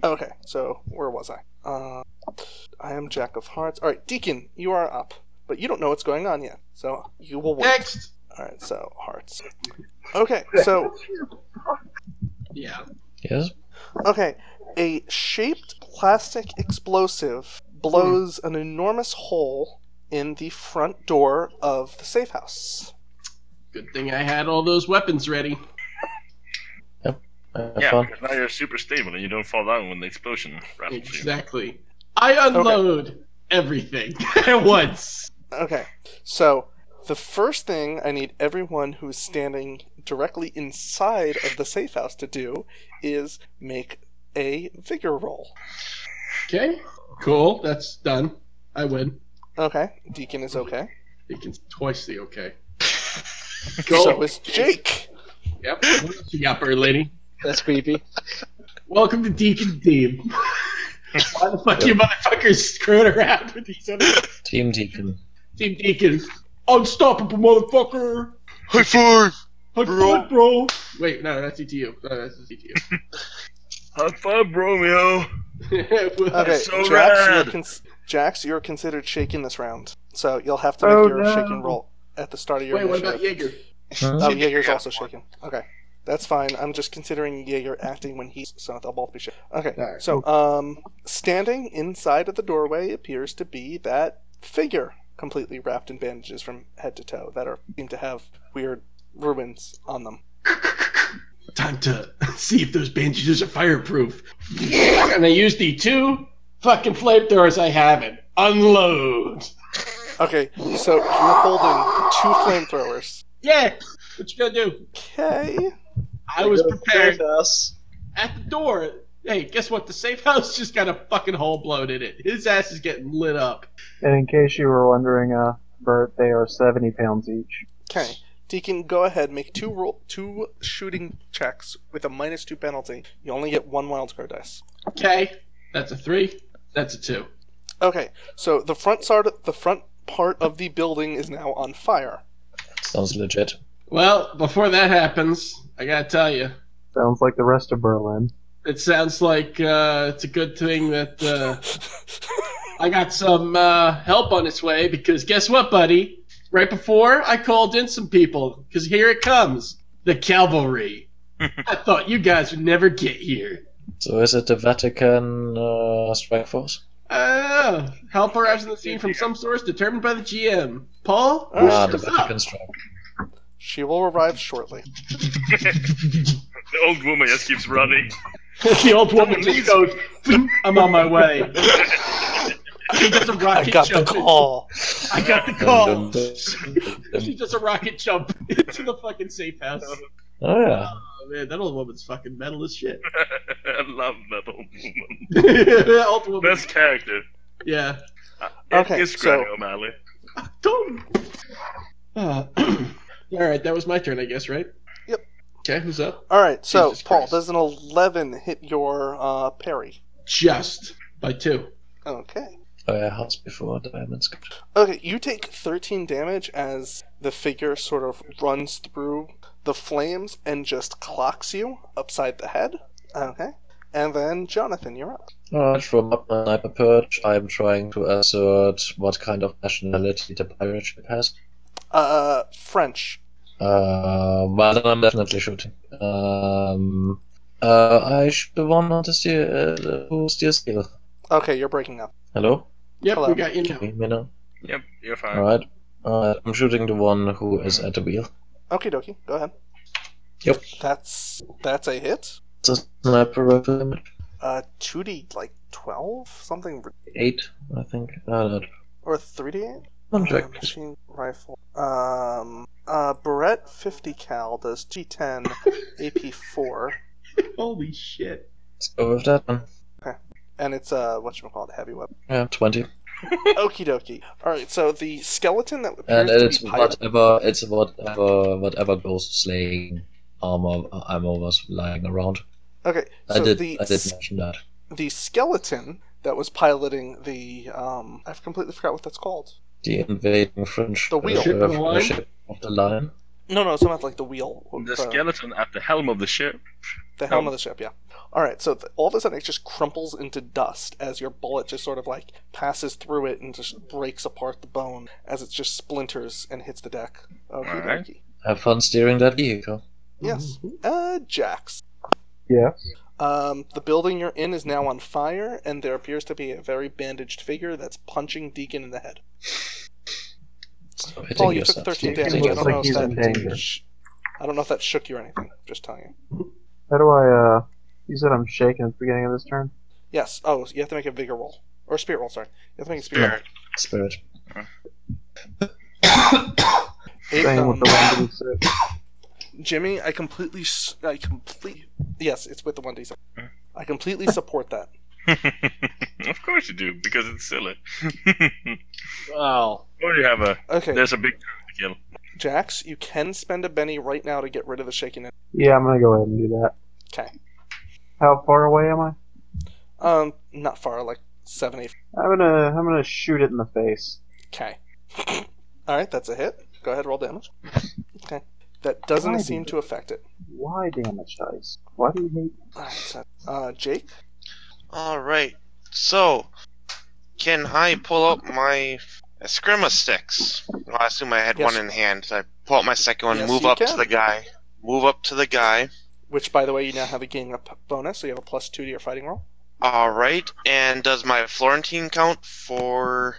Speaker 3: Okay, so where was I? Uh, I am Jack of Hearts. All right, Deacon, you are up, but you don't know what's going on yet, so you will wait.
Speaker 1: Next.
Speaker 3: All right, so Hearts. Okay, so
Speaker 1: Yeah.
Speaker 7: Yes.
Speaker 3: okay, a shaped plastic explosive blows an enormous hole in the front door of the safe house.
Speaker 1: Good thing I had all those weapons ready.
Speaker 7: Have
Speaker 6: Yeah,
Speaker 7: fun.
Speaker 6: because now you're super stable and you don't fall down when the explosion rattles you.
Speaker 1: Exactly. I unload
Speaker 2: <laughs>
Speaker 1: everything at once.
Speaker 3: Okay, so the first thing I need everyone who is standing directly inside of the safe house to do is make a vigor roll.
Speaker 1: Okay. Cool. That's done. I win.
Speaker 3: Okay, Deacon is okay.
Speaker 1: It can twice the okay.
Speaker 3: So is Jake.
Speaker 1: Yep. What else you got, bird lady?
Speaker 11: That's creepy.
Speaker 1: Welcome to Deacon Team. Why the fuck you motherfuckers screwing around with these other
Speaker 7: Team Deacon.
Speaker 1: Team Deacon? Unstoppable motherfucker.
Speaker 5: High five!
Speaker 1: Hot
Speaker 5: Bro.
Speaker 1: foot, bro. Wait, no, that's ETU. No, that's just E
Speaker 6: <laughs> High five, Romeo!
Speaker 1: ETU.
Speaker 3: Okay,
Speaker 6: so
Speaker 3: Jax, you're
Speaker 6: rad.
Speaker 3: cons- Jax, you're considered shaken this round, so you'll have to make
Speaker 10: Oh,
Speaker 3: your
Speaker 10: no.
Speaker 3: shaken roll at the start of your
Speaker 1: Wait, what
Speaker 3: initiative.
Speaker 1: about Jaeger?
Speaker 3: Oh,
Speaker 5: Jaeger
Speaker 3: Jaeger's
Speaker 5: got
Speaker 3: also
Speaker 5: one.
Speaker 3: shaken. Okay, that's fine. I'm just considering Jaeger acting when he's so they'll both be shaken. Okay,
Speaker 1: Alright.
Speaker 3: so um, standing inside of the doorway appears to be that figure completely wrapped in bandages from head to toe that are seem to have weird ruins on them.
Speaker 1: Time to see if those bandages are fireproof. And I use the two fucking flamethrowers I have it. Unload.
Speaker 3: Okay, so you're holding two flamethrowers.
Speaker 1: Yeah. What you gonna do?
Speaker 3: Okay.
Speaker 1: <laughs> I was
Speaker 11: Go to the
Speaker 1: prepared
Speaker 11: safe house.
Speaker 1: at the door. Hey, guess what? The safe house just got a fucking hole blown in it. His ass is getting lit up.
Speaker 10: And in case you were wondering, uh, Bert, they are 70 pounds each.
Speaker 3: Okay. Deacon, go ahead. Make two roll, two shooting checks with a minus two penalty. You only get one wild card dice.
Speaker 1: Okay. That's a three. That's a two.
Speaker 3: Okay. So the front side, the front part of the building is now on fire.
Speaker 7: Sounds legit.
Speaker 1: Well, before that happens, I gotta tell you,
Speaker 10: Sounds like the rest of Berlin.
Speaker 1: It sounds like uh, it's a good thing that uh, I got some uh, help on its way because guess what, buddy? Right before I called in some people because here it comes the cavalry. I thought you guys would never get here.
Speaker 7: So is it the Vatican uh, strike force?
Speaker 1: Oh, help arrives on the scene from some source determined by the GM. Paul, who
Speaker 7: Ah, the
Speaker 1: shows up?
Speaker 7: Vatican strike.
Speaker 3: She will arrive shortly.
Speaker 6: <laughs>
Speaker 1: <laughs>
Speaker 6: The old woman just keeps running. <laughs>
Speaker 1: the old woman just goes, "Boom, "I'm on my way." She does a rocket jump.
Speaker 3: call.
Speaker 1: I got the
Speaker 7: Dum,
Speaker 1: call.
Speaker 7: dum, dum.
Speaker 1: She does a rocket jump <laughs> into the fucking safe house.
Speaker 7: Oh yeah.
Speaker 1: Oh man, that old woman's fucking metal as shit.
Speaker 6: I love that old woman.
Speaker 1: <laughs> Old woman.
Speaker 6: Best character. Uh,
Speaker 1: Yeah.
Speaker 3: Okay,
Speaker 6: it's
Speaker 3: so-
Speaker 6: Granny O'Malley.
Speaker 1: Don't. Uh, all right, that was my turn, I guess, right?
Speaker 3: Yep.
Speaker 1: Okay, who's up?
Speaker 3: All right, so
Speaker 1: Jesus
Speaker 3: Paul,
Speaker 1: Christ.
Speaker 3: does an eleven hit your uh, parry?
Speaker 1: Just by two.
Speaker 3: Okay.
Speaker 7: Oh yeah, hearts before diamonds. Good.
Speaker 3: Okay, you take 13 damage as the figure sort of runs through the flames and just clocks you upside the head. Okay. And then, Jonathan, you're up.
Speaker 7: Alright, from up my sniper perch, I'm trying to assert what kind of nationality the pirate ship has.
Speaker 3: Uh, French.
Speaker 7: Uh, well, then I'm definitely shooting. Um, uh, I shoot the one on the steer, uh, who steers skill.
Speaker 3: Okay, you're breaking up.
Speaker 7: Hello?
Speaker 1: Yep,
Speaker 3: Hello.
Speaker 1: we got you now.
Speaker 7: Can you hear me now?
Speaker 6: Yep, you're fine.
Speaker 7: Alright. Alright, I'm shooting the one who is at the wheel.
Speaker 3: Okie dokie, go ahead.
Speaker 7: Yep.
Speaker 3: That's that's a hit.
Speaker 7: It's a sniper rifle damage.
Speaker 3: Uh, 2d, like, 12? Something, rid-
Speaker 7: 8, I think. Uh, no,
Speaker 3: or 3d8?
Speaker 7: one
Speaker 3: Uh,
Speaker 7: check.
Speaker 3: machine rifle. Um, uh, Barrett 50 cal does G10, AP 4,
Speaker 1: Holy shit.
Speaker 7: Let's go with that one.
Speaker 3: and it's, uh, whatchamacallit, heavy weapon. <laughs>
Speaker 7: Yeah, 20.
Speaker 3: Okie dokie. All right, so the skeleton that appears
Speaker 7: And
Speaker 3: to
Speaker 7: it's
Speaker 3: be pirate.
Speaker 7: whatever, it's whatever, whatever goes slaying armor, armor was lying around.
Speaker 3: Okay,
Speaker 7: I
Speaker 3: so
Speaker 7: did,
Speaker 3: the
Speaker 7: I did mention that.
Speaker 3: the skeleton that was piloting the um, I've completely forgot what that's called.
Speaker 7: The invading French
Speaker 3: The wheel.
Speaker 7: uh,
Speaker 1: Ship of the line?
Speaker 7: ship of the line.
Speaker 3: No, no, it's not like the wheel. uh,
Speaker 6: The
Speaker 3: The,
Speaker 6: skeleton at the helm of the ship.
Speaker 3: the helm of the ship, yeah. All right, so th- all of a sudden it just crumples into dust as your bullet just sort of like passes through it and just breaks apart the bone as it just splinters and hits the deck. Okie
Speaker 6: Alright.
Speaker 3: dokie.
Speaker 7: Have fun steering that vehicle.
Speaker 3: Yes. Uh, Jax.
Speaker 2: Yeah.
Speaker 3: Um, the building you're in is now on fire, and there appears to be a very bandaged figure that's punching Deacon in the head.
Speaker 7: Stop hitting
Speaker 3: Paul, you
Speaker 7: yourself.
Speaker 3: took 13
Speaker 7: Stop
Speaker 3: damage.
Speaker 7: hitting
Speaker 3: I don't
Speaker 2: like
Speaker 3: know
Speaker 7: yourself.
Speaker 2: he's in
Speaker 3: if
Speaker 2: danger.
Speaker 3: that. Sh- I don't know if that shook you or anything. Just telling you.
Speaker 2: How do I, uh. You said I'm shaking at the beginning of this turn?
Speaker 3: Yes. Oh, you have to make a vigor roll or spirit roll. Sorry, you have to make a spirit.
Speaker 5: Spirit.
Speaker 7: Spirit.
Speaker 3: roll. Eight,
Speaker 2: Same
Speaker 3: um,
Speaker 2: with the 1d6.
Speaker 3: Jimmy, I completely, s- I complete. Yes, it's with the one d six.
Speaker 6: Huh?
Speaker 3: I completely support that.
Speaker 6: <laughs> of course you do, because it's silly. <laughs>
Speaker 12: Wow.
Speaker 6: or you have a
Speaker 3: Okay,
Speaker 6: there's a big kill.
Speaker 3: Jax, you can spend a Benny right now to get rid of the shaking.
Speaker 2: Yeah, I'm gonna go ahead and do that.
Speaker 3: 'Kay.
Speaker 2: How far away am I?
Speaker 3: Um, not far, like seven, eight.
Speaker 2: I'm gonna, I'm gonna shoot it in the face.
Speaker 3: Okay. <laughs> All right, that's a hit. Go ahead, roll damage. Okay, that doesn't
Speaker 2: Why
Speaker 3: seem
Speaker 2: did-
Speaker 3: to affect it.
Speaker 2: Why damage dice? Why do you hate?
Speaker 3: All right, so, uh, Jake.
Speaker 5: Alright, so can I pull up my Eskrima sticks? Well, I assume I had
Speaker 3: Yes.
Speaker 5: one in hand. So I pull up my second one,
Speaker 3: Yes,
Speaker 5: move
Speaker 3: you
Speaker 5: up to
Speaker 3: can.
Speaker 5: the guy. Move up to the guy.
Speaker 3: Which, by the way, you now have a gang up bonus, so you have a plus two to your fighting roll.
Speaker 5: Alright, and does my Florentine count for.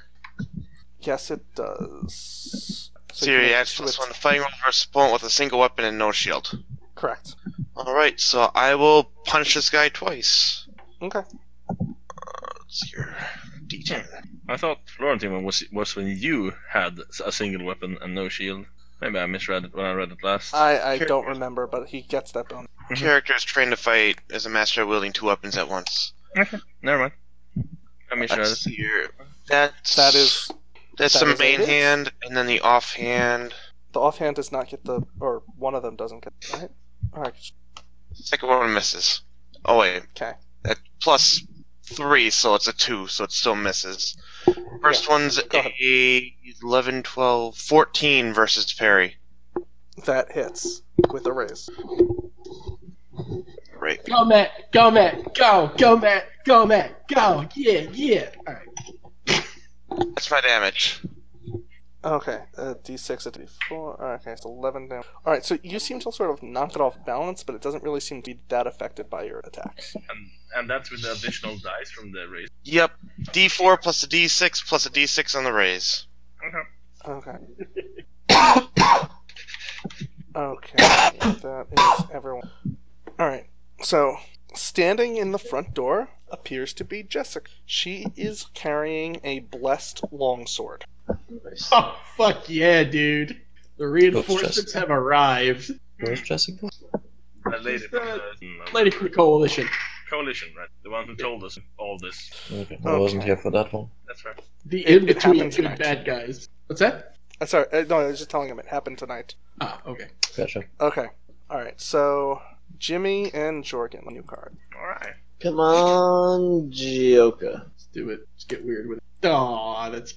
Speaker 3: Yes, it does.
Speaker 5: So
Speaker 3: you
Speaker 5: you
Speaker 3: make
Speaker 5: add
Speaker 3: two
Speaker 5: plus
Speaker 3: hits.
Speaker 5: one to fighting roll versus opponent with a single weapon and no shield.
Speaker 3: Correct.
Speaker 5: Alright, so I will punch this guy twice. Uh,
Speaker 3: Okay.
Speaker 5: Let's see here. D10.
Speaker 6: I thought Florentine was was when you had a single weapon and no shield. Maybe I misread it when I read it last.
Speaker 3: I, I
Speaker 5: Sure.
Speaker 3: don't remember, but he gets that bonus.
Speaker 6: Mhm.
Speaker 5: Character is trained to fight as a master of wielding two weapons at once.
Speaker 6: Never mind. I misread
Speaker 5: Let's
Speaker 6: it.
Speaker 5: see here. That's
Speaker 3: That is
Speaker 5: That's
Speaker 3: That
Speaker 5: the
Speaker 3: is
Speaker 5: main
Speaker 3: it.
Speaker 5: hand, and then the offhand.
Speaker 3: the offhand does not get the or one of them doesn't get right. All right.
Speaker 5: Second one misses. Oh wait,
Speaker 3: Okay.
Speaker 5: that plus three, so it's a two, so it still misses. First one's
Speaker 3: go ahead.
Speaker 5: a 11, 12, 14 versus Perry.
Speaker 3: That hits with a raise.
Speaker 5: Right.
Speaker 1: Go, Matt. Go, Matt. Go. Go, Matt. Go, Matt. Go. Yeah, yeah. All right.
Speaker 5: That's my damage.
Speaker 3: Okay, uh, d6 a d4. Alright, Okay, it's 11 down. Alright, so you seem to sort of knock it off balance, but it doesn't really seem to be that affected by your attacks.
Speaker 6: And, and that's with the additional dice from the race.
Speaker 5: Yep. D4 plus a D6 plus a D6 on the raise.
Speaker 3: Okay. okay, that is everyone. Alright, so standing in the front door appears to be Jessica. She is carrying a blessed longsword.
Speaker 1: Oh, fuck yeah, dude. The reinforcements have arrived.
Speaker 7: Where's Jessica?
Speaker 6: That lady from the-
Speaker 1: Lady from the Coalition.
Speaker 6: Coalition, right? The one who told us all this.
Speaker 7: Okay. I wasn't
Speaker 3: Okay.
Speaker 7: here for that one.
Speaker 6: That's right.
Speaker 2: The
Speaker 3: It-
Speaker 2: in
Speaker 3: it
Speaker 2: between
Speaker 3: happens
Speaker 2: good
Speaker 3: tonight.
Speaker 2: bad guys. What's that?
Speaker 3: I'm sorry. uh, No, I was just telling him it happened tonight.
Speaker 2: Ah, okay.
Speaker 7: Gotcha.
Speaker 3: Okay. All right. So Jimmy and Jorgen, new card.
Speaker 6: All right.
Speaker 5: Come on, Gioka.
Speaker 2: Let's do it. Let's get weird with it. Aw, that's.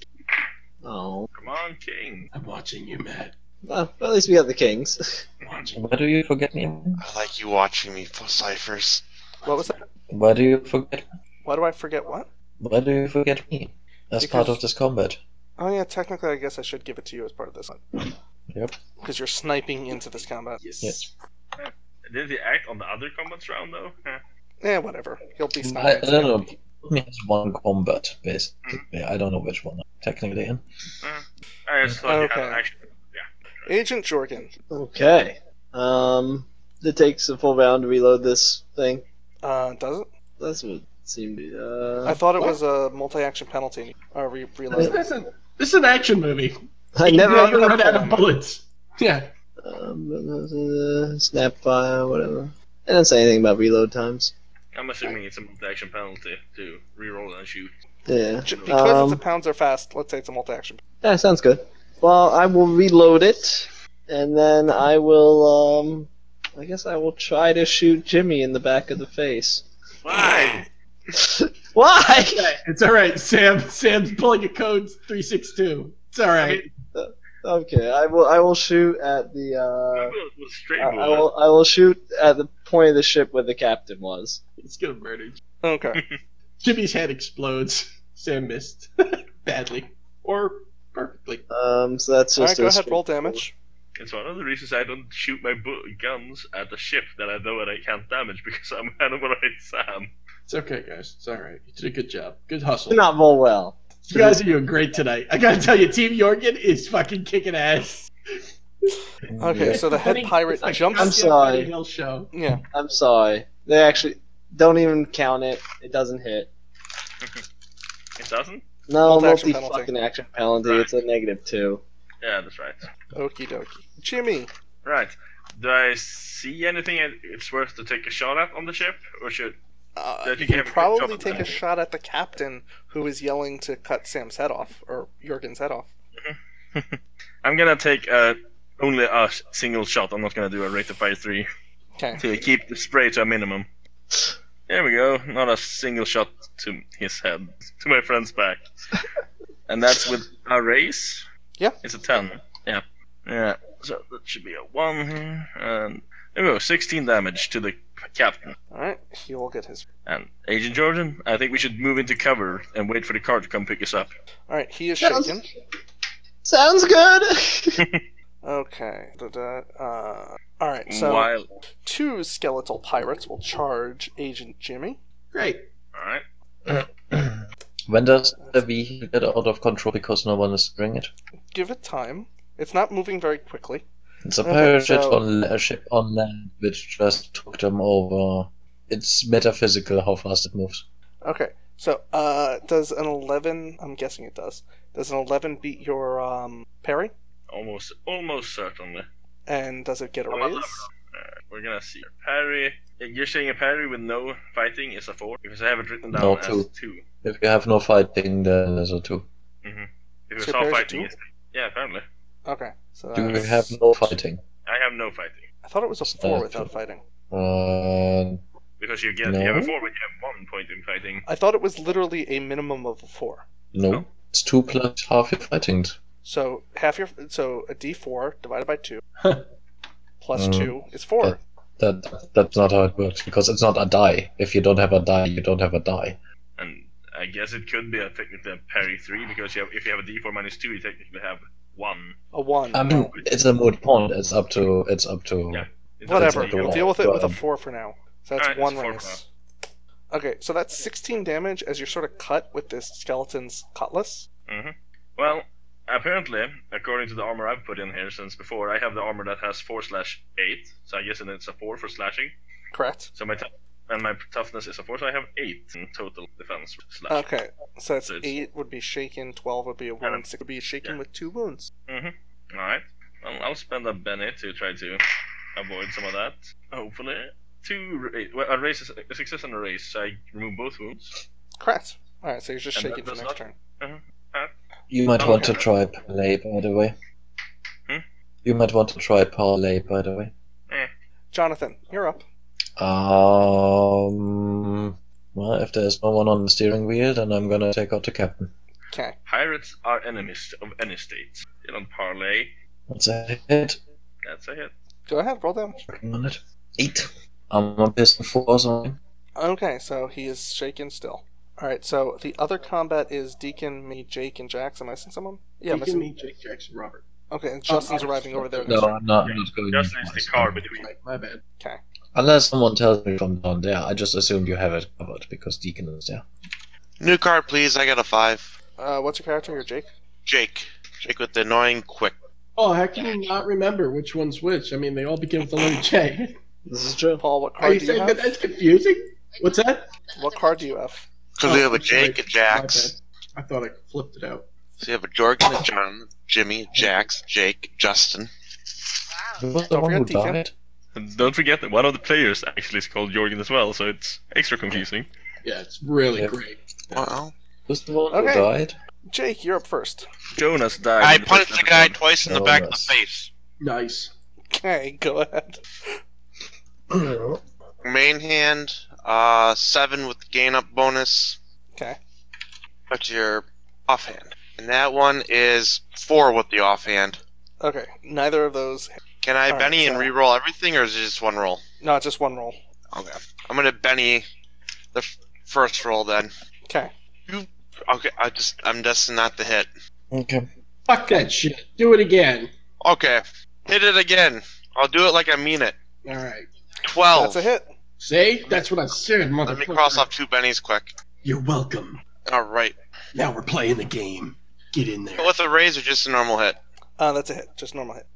Speaker 5: Oh.
Speaker 6: Come on, King.
Speaker 2: I'm watching you, Matt.
Speaker 5: Well, at least we got the kings. <laughs>
Speaker 2: I'm watching.
Speaker 7: Why do you forget me?
Speaker 8: I like you watching me pull ciphers.
Speaker 3: What was that?
Speaker 7: Why do you forget?
Speaker 3: Why do I forget what?
Speaker 7: Why do you forget me? As part
Speaker 3: Because-
Speaker 7: of this combat.
Speaker 3: Oh yeah, technically, I guess I should give it to you as part of this one
Speaker 7: Yep.
Speaker 3: because you're sniping into this combat.
Speaker 2: Yes.
Speaker 7: Yes.
Speaker 6: Did he act on the other combats round though? <laughs> Huh.
Speaker 3: Eh, whatever. He'll be
Speaker 7: I, I
Speaker 3: sniping.
Speaker 7: don't know. He has one combat,
Speaker 3: Hmm.
Speaker 7: basically. I don't know which one I'm technically in.
Speaker 6: I just thought he had
Speaker 3: Okay.
Speaker 6: an action.
Speaker 3: Agent Jorgen.
Speaker 5: Okay. Um, it takes a full round to reload this thing.
Speaker 3: Uh, does it?
Speaker 5: That's what seemed. Uh,
Speaker 3: I thought it was a multi-action penalty. Uh, re- reload.
Speaker 2: This is, a, this is an action movie.
Speaker 5: I never
Speaker 2: you
Speaker 5: opened
Speaker 2: run
Speaker 5: up
Speaker 2: out
Speaker 5: one.
Speaker 2: of bullets. Yeah.
Speaker 5: Um, uh, snap fire, whatever. It doesn't say anything about reload times.
Speaker 6: I'm assuming it's a multi-action penalty to reroll and shoot.
Speaker 5: Yeah.
Speaker 3: J- because
Speaker 5: Um,
Speaker 3: it's a pounds or fast, let's say it's a multi-action.
Speaker 5: Yeah, sounds good. Well, I will reload it, and then I will. Um, I guess I will try to shoot Jimmy in the back of the face.
Speaker 6: <laughs> Why?
Speaker 5: Why?
Speaker 2: It's all right, Sam. Sam's pulling a code 362. It's all right.
Speaker 5: <laughs> okay, I will. I will shoot at the.
Speaker 6: I
Speaker 5: Uh,
Speaker 6: will, will straight
Speaker 5: I-
Speaker 6: move
Speaker 5: I will. I will shoot at the point of the ship where the captain was.
Speaker 2: It's gonna murder. you.
Speaker 3: Okay.
Speaker 2: Jimmy's head explodes. Sam missed <laughs> badly or perfectly.
Speaker 5: Um, so that's
Speaker 3: All right,
Speaker 5: just.
Speaker 3: go
Speaker 5: a
Speaker 3: ahead. Roll
Speaker 5: straight-
Speaker 3: damage.
Speaker 6: It's one of the reasons I don't shoot my bu- guns at the ship that I know that I can't damage because I'm <laughs> an override Sam.
Speaker 2: It's okay, guys. It's all right. You did a good job. Good hustle.
Speaker 5: Did not roll well.
Speaker 2: You guys are doing great tonight. I gotta tell you, Team Jorgen is fucking kicking ass.
Speaker 3: Okay, so the head
Speaker 2: Funny-
Speaker 3: pirate
Speaker 2: it's like
Speaker 3: jumps.
Speaker 2: goddamn
Speaker 5: sorry.
Speaker 2: Benny Hill show.
Speaker 3: Yeah.
Speaker 5: I'm sorry. They actually don't even count it. It doesn't hit.
Speaker 6: It doesn't?
Speaker 5: No
Speaker 3: Multi-action
Speaker 5: multi
Speaker 3: penalty.
Speaker 5: fucking action penalty. It's a negative two.
Speaker 6: Yeah, that's right.
Speaker 3: Okie dokie. Jimmy.
Speaker 6: Right. Do I see anything it- it's worth to take a shot at on the ship, or should
Speaker 3: Uh,
Speaker 6: Yeah, I
Speaker 3: you
Speaker 6: think you
Speaker 3: can
Speaker 6: have a good job
Speaker 3: probably
Speaker 6: of
Speaker 3: take a
Speaker 6: that.
Speaker 3: shot at the captain who is yelling to cut Sam's head off or Jorgen's head off.
Speaker 6: I'm gonna take uh, only a s- single shot. I'm not gonna do a rate of fire three
Speaker 3: Okay.
Speaker 6: to keep the spray to a minimum. There we go. Not a single shot to his head, to my
Speaker 3: <laughs>
Speaker 6: friend's back, and that's with a race.
Speaker 3: Yeah.
Speaker 6: It's a ten. Yeah. Yeah. So that should be a one here, and there we go. Sixteen damage to the captain
Speaker 3: All right. He will get his.
Speaker 6: and Agent Jordan. I think we should move into cover and wait for the car to come pick us up.
Speaker 3: All right. He is
Speaker 5: Sounds-
Speaker 3: shaken.
Speaker 5: Sounds good. <laughs>
Speaker 3: Okay. Da-da, Uh, all right. So
Speaker 6: While.
Speaker 3: two skeletal pirates will charge Agent Jimmy.
Speaker 2: Great.
Speaker 6: All right.
Speaker 7: When does the vehicle get out of control because no one is steering it?
Speaker 3: Give it time. It's not moving very quickly.
Speaker 7: It's a
Speaker 3: Okay,
Speaker 7: pirate ship
Speaker 3: so-
Speaker 7: on a ship on land which just took them over. It's metaphysical how fast it moves.
Speaker 3: Okay. So uh, does an eleven? I'm guessing it does. Does an eleven beat your um, parry?
Speaker 6: Almost, almost certainly.
Speaker 3: And does it get a
Speaker 6: Oh, I love
Speaker 3: raise?
Speaker 6: Alright, we're gonna see. Parry. You're saying a parry with no fighting is a four because I have it written down
Speaker 7: No,
Speaker 6: as
Speaker 7: two.
Speaker 6: two.
Speaker 7: If you have no fighting, then there's a two.
Speaker 6: If
Speaker 3: So
Speaker 6: it's
Speaker 3: parry's
Speaker 6: all
Speaker 3: a
Speaker 6: fighting,
Speaker 3: two?
Speaker 6: it's yeah, apparently.
Speaker 3: Okay. So
Speaker 7: Do you
Speaker 3: that's-
Speaker 7: have no fighting?
Speaker 6: I have no fighting
Speaker 3: I thought it was a
Speaker 7: It's
Speaker 3: four
Speaker 7: bad.
Speaker 3: without fighting.
Speaker 7: Uh,
Speaker 6: because you get
Speaker 7: No.
Speaker 6: you have a four, but you have one point in fighting.
Speaker 3: I thought it was literally a minimum of a four.
Speaker 7: no. It's two plus half your fighting.
Speaker 3: So half your so a D four divided by two plus
Speaker 7: Mm.
Speaker 3: two is four.
Speaker 7: That that's not how it works because it's not a die. If you don't have a die, you don't have a die.
Speaker 6: And I guess it could be a technically a parry three because you have, if you have a D4 minus two, you technically have one.
Speaker 3: A one.
Speaker 7: I mean,
Speaker 3: No.
Speaker 7: it's a moot point. It's up to it's up to.
Speaker 6: Yeah. It doesn't
Speaker 3: Whatever.
Speaker 6: really
Speaker 7: a
Speaker 3: We'll
Speaker 7: lot,
Speaker 6: matter.
Speaker 3: deal with it with a
Speaker 7: but-
Speaker 3: four for now. So that's
Speaker 6: Alright,
Speaker 3: one
Speaker 6: it's four for
Speaker 3: raise. Okay, so that's sixteen damage as you're sort of cut with this skeleton's cutlass.
Speaker 6: Well, apparently, according to the armor I've put in here since before, I have the armor that has four slash eight, so I guess it's a four for slashing.
Speaker 3: Correct.
Speaker 6: So my t- and my toughness is a four, so I have eight in total defense slash.
Speaker 3: Okay, so that's
Speaker 6: So it's-
Speaker 3: eight would be shaken, twelve would be a wound,
Speaker 6: Adam.
Speaker 3: six would be shaken
Speaker 6: Yeah.
Speaker 3: with two wounds.
Speaker 6: All right. Well, I'll spend a Benny to try to avoid some of that. Hopefully, two, ra- well, a race, is a success on a race. So I remove both wounds.
Speaker 3: Correct. All right, so you're just
Speaker 6: And that
Speaker 3: shaking for
Speaker 6: does
Speaker 3: next
Speaker 6: not-
Speaker 3: turn.
Speaker 7: You might want to try parlay, by the way.
Speaker 6: Hmm?
Speaker 7: You might want to try parlay, by the way.
Speaker 3: Jonathan, you're up.
Speaker 7: Um. Well, if there's no one on the steering wheel, then I'm gonna take out the captain.
Speaker 3: Okay.
Speaker 6: Pirates are enemies of any state. They don't parlay.
Speaker 7: That's a hit.
Speaker 6: That's a hit.
Speaker 3: Go ahead, roll damage.
Speaker 7: Working on it. Eight. I'm on piston four or something.
Speaker 3: Okay, so he is shaken still. All right, so the other combat is Deacon, me, Jake, and Jax. Am I missing someone? Yeah,
Speaker 2: you
Speaker 3: missing.
Speaker 2: can meet Jake Jackson, Robert.
Speaker 3: Okay, and
Speaker 2: Uh,
Speaker 3: Justin's arriving over there.
Speaker 7: No, I'm not, I'm not going.
Speaker 6: Just is the
Speaker 7: twice.
Speaker 6: car between.
Speaker 2: Right, my bad.
Speaker 7: Unless someone tells me from down there, I just assumed you have it covered because Deacon is there.
Speaker 8: New card, please. I got a five.
Speaker 3: Uh, what's your character? You're Jake.
Speaker 8: Jake. Jake with the annoying quick.
Speaker 2: Oh, how can you not remember which one's which? I mean, they all begin with the letter J.
Speaker 5: This is true.
Speaker 3: Paul, what
Speaker 2: Are
Speaker 3: card
Speaker 2: Oh, you
Speaker 3: do you
Speaker 2: saying
Speaker 3: have?
Speaker 2: that that's confusing? What's that? Oh,
Speaker 3: What card do you have?
Speaker 8: Because we have a Jake, a Jax.
Speaker 2: My bad. I thought I flipped it out.
Speaker 8: So you have a Jorgen, a John, Jimmy, Jax, Jake, Justin.
Speaker 7: Who was the
Speaker 3: Don't
Speaker 7: one who
Speaker 3: forget Deacon.
Speaker 7: died?
Speaker 6: And don't forget that one of the players actually is called Jorgen as well, so it's extra confusing.
Speaker 2: Yeah, it's really
Speaker 7: Yep.
Speaker 2: great.
Speaker 8: Wow.
Speaker 7: Who's the one
Speaker 3: Okay.
Speaker 7: who died?
Speaker 3: Jake, you're up first. <laughs>
Speaker 6: Jonas died.
Speaker 8: I
Speaker 6: in the first
Speaker 8: punched the guy
Speaker 6: episode.
Speaker 8: twice in the
Speaker 7: Oh,
Speaker 8: back of the
Speaker 7: nice.
Speaker 8: face.
Speaker 2: Nice.
Speaker 3: Okay, go ahead.
Speaker 8: Main hand, uh, seven with the gain up bonus.
Speaker 3: Okay.
Speaker 8: That's your offhand. And that one is four with the offhand.
Speaker 3: Okay, neither of those.
Speaker 8: Can I
Speaker 3: Alright,
Speaker 8: Benny and
Speaker 3: so-
Speaker 8: re-roll everything, or is it just one roll?
Speaker 3: No, just one roll.
Speaker 8: Okay. I'm gonna Benny the f- first roll then.
Speaker 3: Okay.
Speaker 8: Okay, I just I'm destined not to hit.
Speaker 7: Okay.
Speaker 2: Fuck that shit. Do it again.
Speaker 8: Okay, hit it again. I'll do it like I mean it.
Speaker 2: All right.
Speaker 8: Twelve.
Speaker 3: That's a hit.
Speaker 2: See? That's what I said, motherfucker.
Speaker 8: Let me cross off two Bennies quick.
Speaker 2: You're welcome.
Speaker 8: All right.
Speaker 2: Now we're playing the game. Get in there.
Speaker 8: With a raise or just a normal hit?
Speaker 3: Uh, that's a hit. Just normal hit.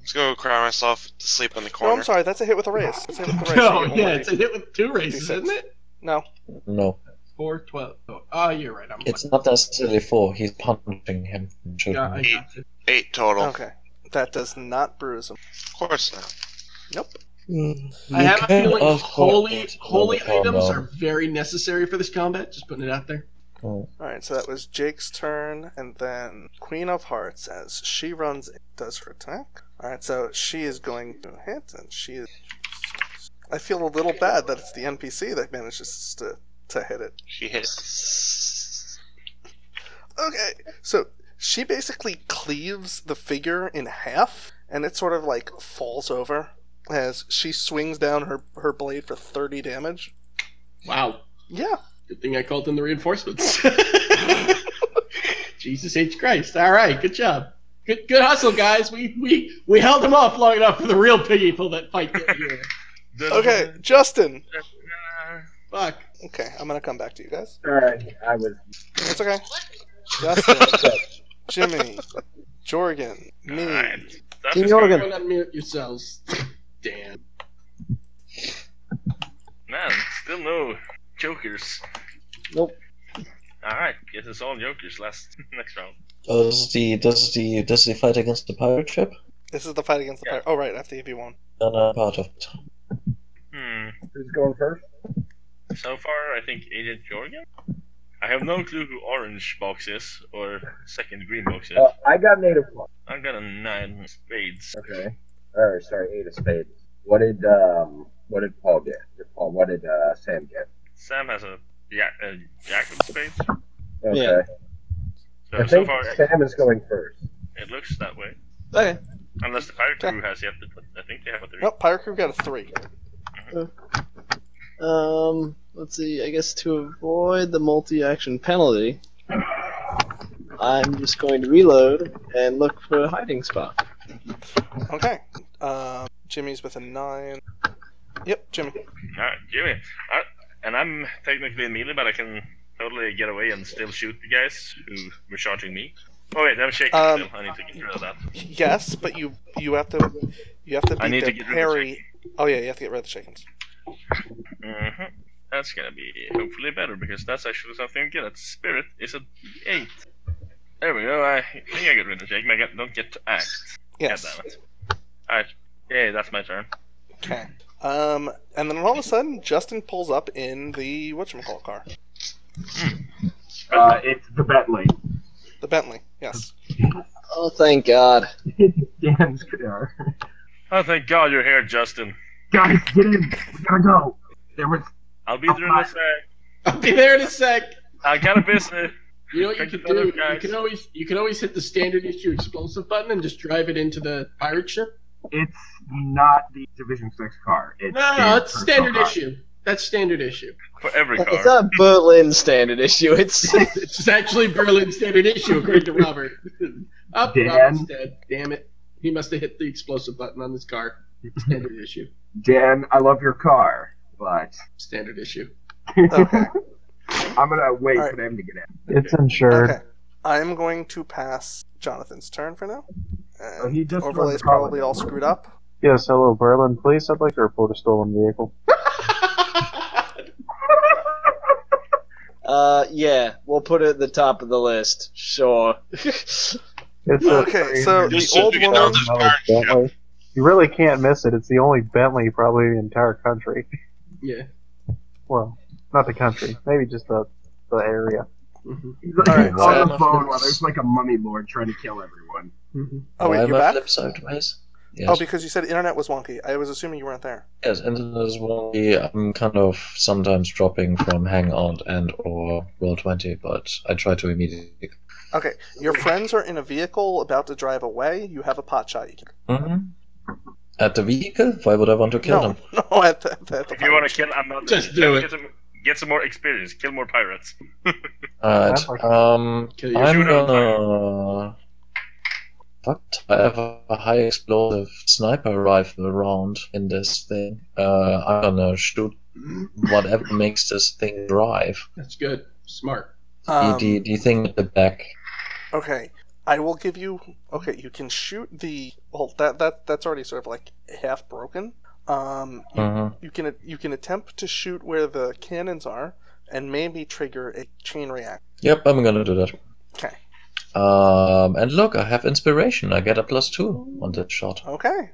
Speaker 8: Let's go cry myself to sleep in the
Speaker 3: No,
Speaker 8: corner.
Speaker 3: I'm sorry. That's a hit with a raise. That's a
Speaker 2: <laughs>
Speaker 3: hit with a raise.
Speaker 2: No,
Speaker 3: You get
Speaker 2: Oh, yeah,
Speaker 3: one
Speaker 2: it's a hit with two raises,
Speaker 3: D6.
Speaker 2: isn't it?
Speaker 3: No.
Speaker 7: No,
Speaker 2: Four, twelve. Oh, oh, you're right. I'm
Speaker 7: it's not necessarily four. He's punching him. and shooting
Speaker 2: yeah, I
Speaker 7: him.
Speaker 2: got you.
Speaker 8: Eight total.
Speaker 3: Okay. That does not bruise him.
Speaker 8: Of course not.
Speaker 2: Hmm. I have a
Speaker 7: You can
Speaker 2: feeling
Speaker 7: ask for
Speaker 2: holy,
Speaker 7: it on
Speaker 2: holy
Speaker 7: the
Speaker 2: items
Speaker 7: combo.
Speaker 2: are very necessary for this combat. Just putting it out there.
Speaker 7: Oh,
Speaker 3: All right, so that was Jake's turn, and then Queen of Hearts as she runs in, does her attack. All right, so she is going to hit, and she is. I feel a little bad that it's the NPC that manages to to hit it.
Speaker 8: She hit. it.
Speaker 3: Okay, so she basically cleaves the figure in half, and it sort of like falls over as she swings down her her blade for thirty damage.
Speaker 2: Wow.
Speaker 3: Yeah,
Speaker 2: Good thing I called in the <laughs> reinforcements. Jesus H Christ! All right, good job. Good, good hustle, guys. We we we held him off long enough for the real people that fight here.
Speaker 3: Okay, Justin.
Speaker 2: Fuck.
Speaker 3: Okay, I'm gonna come back to you guys.
Speaker 4: Sorry, I was.
Speaker 3: It's okay. Justin, Jimmy, Jorgen, me.
Speaker 6: Alright. That's
Speaker 5: Team
Speaker 6: just gonna-
Speaker 5: Jorgen.
Speaker 2: Everyone unmute yourselves. Damn.
Speaker 6: Man, still no jokers.
Speaker 5: Nope.
Speaker 6: Alright, guess it's all jokers last <laughs> next round.
Speaker 7: Oh, this is the this is the this is the fight against the pirate ship.
Speaker 3: This is the fight against the
Speaker 6: Yeah.
Speaker 3: pirate. Oh right, after you one.
Speaker 7: And I'm part of it.
Speaker 6: Hmm.
Speaker 4: Who's going first?
Speaker 6: So far, I think Agent Jorgen? I have no clue who orange box is, or second green box is.
Speaker 4: Uh, I got native one.
Speaker 6: I've got a nine spades.
Speaker 4: Okay. Or sorry, eight of spades. What did um? What did Paul get? Did Paul, what did uh, Sam get?
Speaker 6: Sam has a, ja- a jack of spades.
Speaker 4: Okay.
Speaker 5: Yeah.
Speaker 6: So,
Speaker 4: I
Speaker 6: so
Speaker 4: think
Speaker 6: far,
Speaker 4: Sam is going first.
Speaker 6: it looks that way.
Speaker 5: Okay.
Speaker 6: Unless the pirate
Speaker 3: Okay.
Speaker 6: crew has yet to put, I think they have a three.
Speaker 3: Nope, pirate crew got a three.
Speaker 5: Um, let's see. I guess to avoid the multi-action penalty, I'm just going to reload and look for a hiding spot.
Speaker 3: Okay. Um, Jimmy's with a nine. Yep, Jimmy.
Speaker 6: Alright, Jimmy. I, and I'm technically in melee, but I can totally get away and still shoot the guys who were charging me. Oh wait, I'm shaking
Speaker 3: Um,
Speaker 6: still. I need to get rid of that.
Speaker 3: Yes, but you you have to you have to beat
Speaker 6: I need
Speaker 3: the
Speaker 6: to get rid of the
Speaker 3: parry. Oh yeah, you have to get rid of the chickens.
Speaker 6: hmm That's gonna be hopefully better because that's actually something good. That spirit is a D8. There we go. I think I got rid of Jake. but I got- don't get to act.
Speaker 3: Yes.
Speaker 6: God damn it. Alright. Yay, that's my turn.
Speaker 3: Okay. Um, and then all of a sudden, Justin pulls up in the whatchamacallit car,
Speaker 4: Uh, it's the Bentley.
Speaker 3: the Bentley. Yes.
Speaker 5: Oh, thank God.
Speaker 4: Dan's car.
Speaker 6: Oh, thank God you're here, Justin.
Speaker 4: Guys, get in. We gotta go. There was
Speaker 6: I'll be there in a sec.
Speaker 2: I'll be there in a sec.
Speaker 6: I got a business.
Speaker 2: You know what you
Speaker 6: Thank
Speaker 2: can
Speaker 6: you,
Speaker 2: do? You
Speaker 6: guys.
Speaker 2: can always you can always hit the standard issue explosive button and just drive it into the pirate ship.
Speaker 4: It's not the Division Six car. It's
Speaker 2: No, no,
Speaker 4: the
Speaker 2: it's standard
Speaker 4: car.
Speaker 2: issue. That's standard issue.
Speaker 6: For every
Speaker 5: It's
Speaker 6: car.
Speaker 5: not a Berlin standard issue. It's
Speaker 2: It's actually Berlin standard issue, according to Robert. Up,
Speaker 4: Dan?
Speaker 2: Robert's dead. Damn it. He must have hit the explosive button on his car. Standard issue.
Speaker 4: Dan, I love your car, but
Speaker 2: Standard issue.
Speaker 3: Okay.
Speaker 4: I'm gonna wait
Speaker 3: Alright.
Speaker 4: for them to get in.
Speaker 9: It's insured.
Speaker 3: Okay. I'm going to pass Jonathan's turn for now. And
Speaker 4: Oh, he just
Speaker 3: overlay's
Speaker 4: wants to call
Speaker 3: probably
Speaker 4: it.
Speaker 3: all screwed up.
Speaker 9: Yes, hello, Berlin. Please, I'd like to report a stolen vehicle.
Speaker 5: uh, yeah, we'll put it at the top of the list. Sure.
Speaker 9: <laughs> It's a
Speaker 3: Okay, so the
Speaker 8: Just so
Speaker 3: old
Speaker 8: we know
Speaker 3: woman.
Speaker 8: the-
Speaker 9: $300 Bentley. You really can't miss it. It's the only Bentley probably in the entire country.
Speaker 2: yeah.
Speaker 9: Well, not the country, maybe just the the area.
Speaker 2: Mhm.
Speaker 4: He's like,
Speaker 7: <laughs>
Speaker 3: Alright,
Speaker 4: on
Speaker 3: so-
Speaker 4: the phone while there's like a mummy lord trying to kill everyone.
Speaker 2: Mhm.
Speaker 3: Oh, wait,
Speaker 7: Why
Speaker 3: you're
Speaker 7: am I
Speaker 3: back?
Speaker 7: flipped sideways? Yes.
Speaker 3: Oh, because you said internet was wonky. I was assuming you weren't there.
Speaker 7: Yes, and as well, I'm kind of sometimes dropping from Hangout and or Roll Twenty, but I try to immediately.
Speaker 3: Okay, your friends are in a vehicle about to drive away. You have a pot shot. You can...
Speaker 7: hmm At the vehicle? Why would I want to kill
Speaker 3: no,
Speaker 7: them?
Speaker 3: <laughs> no, at the, at the, at the
Speaker 6: If you want to kill, I'm not.
Speaker 2: Just do
Speaker 6: Get
Speaker 2: it.
Speaker 6: some, get some more experience. Kill more pirates.
Speaker 9: That's
Speaker 7: Alright.
Speaker 9: like-
Speaker 7: Um,
Speaker 2: Kill your
Speaker 7: I'm
Speaker 6: shoot on
Speaker 7: gonna. Fuck! I have a high explosive sniper rifle round in this thing. Uh, I'm gonna shoot whatever makes this thing drive.
Speaker 2: That's good. Smart.
Speaker 3: Um,
Speaker 7: the, the, the thing at the back.
Speaker 3: Okay, I will give you. Okay, you can shoot the. Well, that that that's already sort of like half broken. Um, you,
Speaker 7: hmm
Speaker 3: you can you can attempt to shoot where the cannons are, and maybe trigger a chain react.
Speaker 7: Yep, I'm gonna do that.
Speaker 3: Okay.
Speaker 7: Um, and look, I have inspiration. I get a plus two on that shot.
Speaker 3: Okay,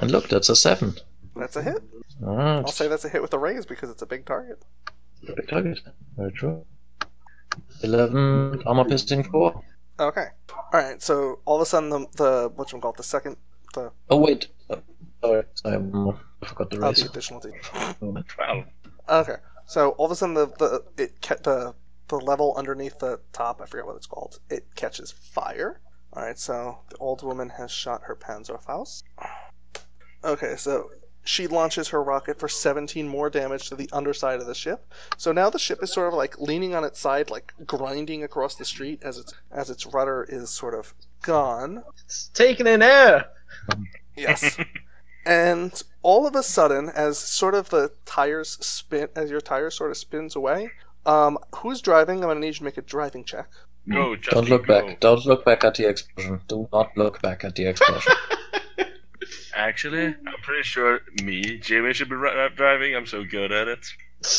Speaker 7: And look, that's a seven.
Speaker 3: that's a hit.
Speaker 7: Ah,
Speaker 3: I'll
Speaker 7: it's
Speaker 3: say that's a hit with a raise because it's a big target.
Speaker 7: very target. Very true. Eleven armor piston four.
Speaker 3: Okay, all right. So all of a sudden the the what you call the second
Speaker 7: Oh wait, oh, sorry, sorry, um, I forgot the
Speaker 3: uh, the
Speaker 7: race.
Speaker 3: additional d
Speaker 6: Well,
Speaker 3: Okay. So all of a sudden, the the it ca- the the level underneath the top, I forget what it's called, it catches fire. All right. So the old woman has shot her Panzerfaust. Okay. So she launches her rocket for 17 more damage to the underside of the ship. So now the ship is sort of like leaning on its side, like grinding across the street as its as its rudder is sort of gone.
Speaker 5: It's taken in air.
Speaker 6: <laughs>
Speaker 3: Yes. and all of a sudden, as sort of the tires spin, as your tire sort of spins away, um, who's driving? I'm gonna need you to make a driving check.
Speaker 6: go, Justin.
Speaker 7: Don't look
Speaker 6: go.
Speaker 7: back. Don't look back at the explosion. Do not look back at the explosion.
Speaker 6: Actually, I'm pretty sure me, Jimmy, should be ri- driving. I'm so good at it.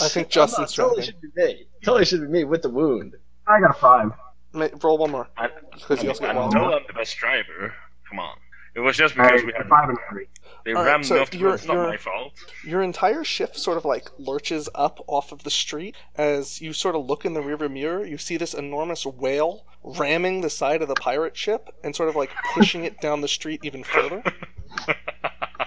Speaker 3: I think
Speaker 5: <laughs> Oh,
Speaker 3: Justin's
Speaker 5: no, it
Speaker 3: driving.
Speaker 5: Totally should be me. Totally should be me with the wound.
Speaker 4: I got a five.
Speaker 3: Ma- roll one more.
Speaker 6: I,
Speaker 3: 'Cause you also
Speaker 6: I
Speaker 3: get one.
Speaker 6: know I'm the best driver. Come on. It was just because
Speaker 4: Alright,
Speaker 6: we
Speaker 4: a
Speaker 6: had
Speaker 4: five and a three.
Speaker 6: they
Speaker 3: Alright,
Speaker 6: rammed
Speaker 3: so
Speaker 6: off.
Speaker 3: you're-
Speaker 6: It's not
Speaker 3: you're-
Speaker 6: my fault.
Speaker 3: Your entire ship sort of like lurches up off of the street as you sort of look in the rearview mirror. You see this enormous whale ramming the side of the pirate ship and sort of like pushing it down the street even
Speaker 6: <laughs>
Speaker 3: further.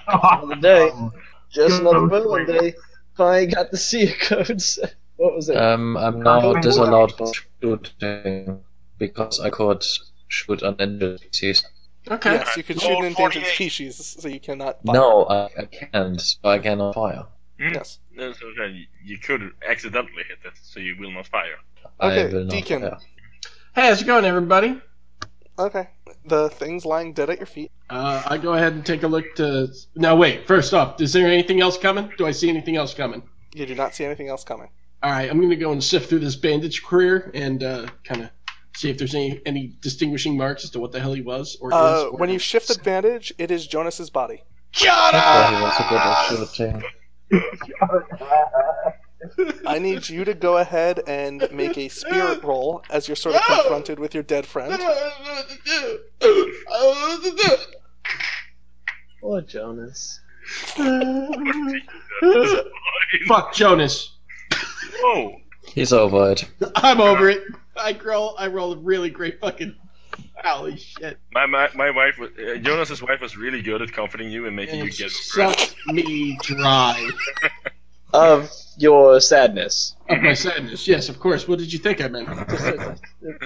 Speaker 4: Another
Speaker 5: day.
Speaker 2: Um,
Speaker 4: Good
Speaker 5: Just another
Speaker 4: old
Speaker 5: Berlin
Speaker 4: Berlin.
Speaker 5: day. Finally got the sea codes. <laughs> What was it?
Speaker 7: um, I'm now disallowed for shooting because I could shoot an injured species.
Speaker 2: Okay.
Speaker 3: yes, you can shoot an
Speaker 8: Roll
Speaker 3: endangered
Speaker 8: 48.
Speaker 3: species, so you cannot. Fire.
Speaker 7: No, I, I can't. I cannot fire.
Speaker 3: Yes.
Speaker 6: No, so then you- You could accidentally hit it, so you will not fire.
Speaker 3: Okay,
Speaker 7: I will not
Speaker 3: Deacon.
Speaker 7: fire.
Speaker 2: Hey, how's it going, everybody?
Speaker 3: Okay. The thing's lying dead at your feet.
Speaker 2: Uh, I go ahead and take a look to. Now, wait. First off, is there anything else coming? Do I see anything else coming?
Speaker 3: You do not see anything else coming.
Speaker 2: All right, I'm gonna go and sift through this bandage career and uh, kind of see if there's any any distinguishing marks as to what the hell he was or
Speaker 3: Uh,
Speaker 2: is. Or
Speaker 3: when you shift advantage, it is Jonas's body.
Speaker 7: Yeah, he was a good at shooting.
Speaker 3: I need you to go ahead and make a spirit roll as you're sort of
Speaker 2: No!
Speaker 3: confronted with your dead friend.
Speaker 5: Poor Jonas.
Speaker 2: Fuck Jonas.
Speaker 6: Whoa!
Speaker 7: He's over it.
Speaker 2: I'm over it. I roll. I roll a really great fucking. Holy shit!
Speaker 6: My, my, my wife, was, uh, Jonas's wife, was really good at comforting you and making
Speaker 2: And
Speaker 6: you get over it.
Speaker 2: sucked me dry
Speaker 5: of
Speaker 3: <laughs>
Speaker 5: your sadness.
Speaker 2: of my sadness. Yes, of course. What did you think I meant?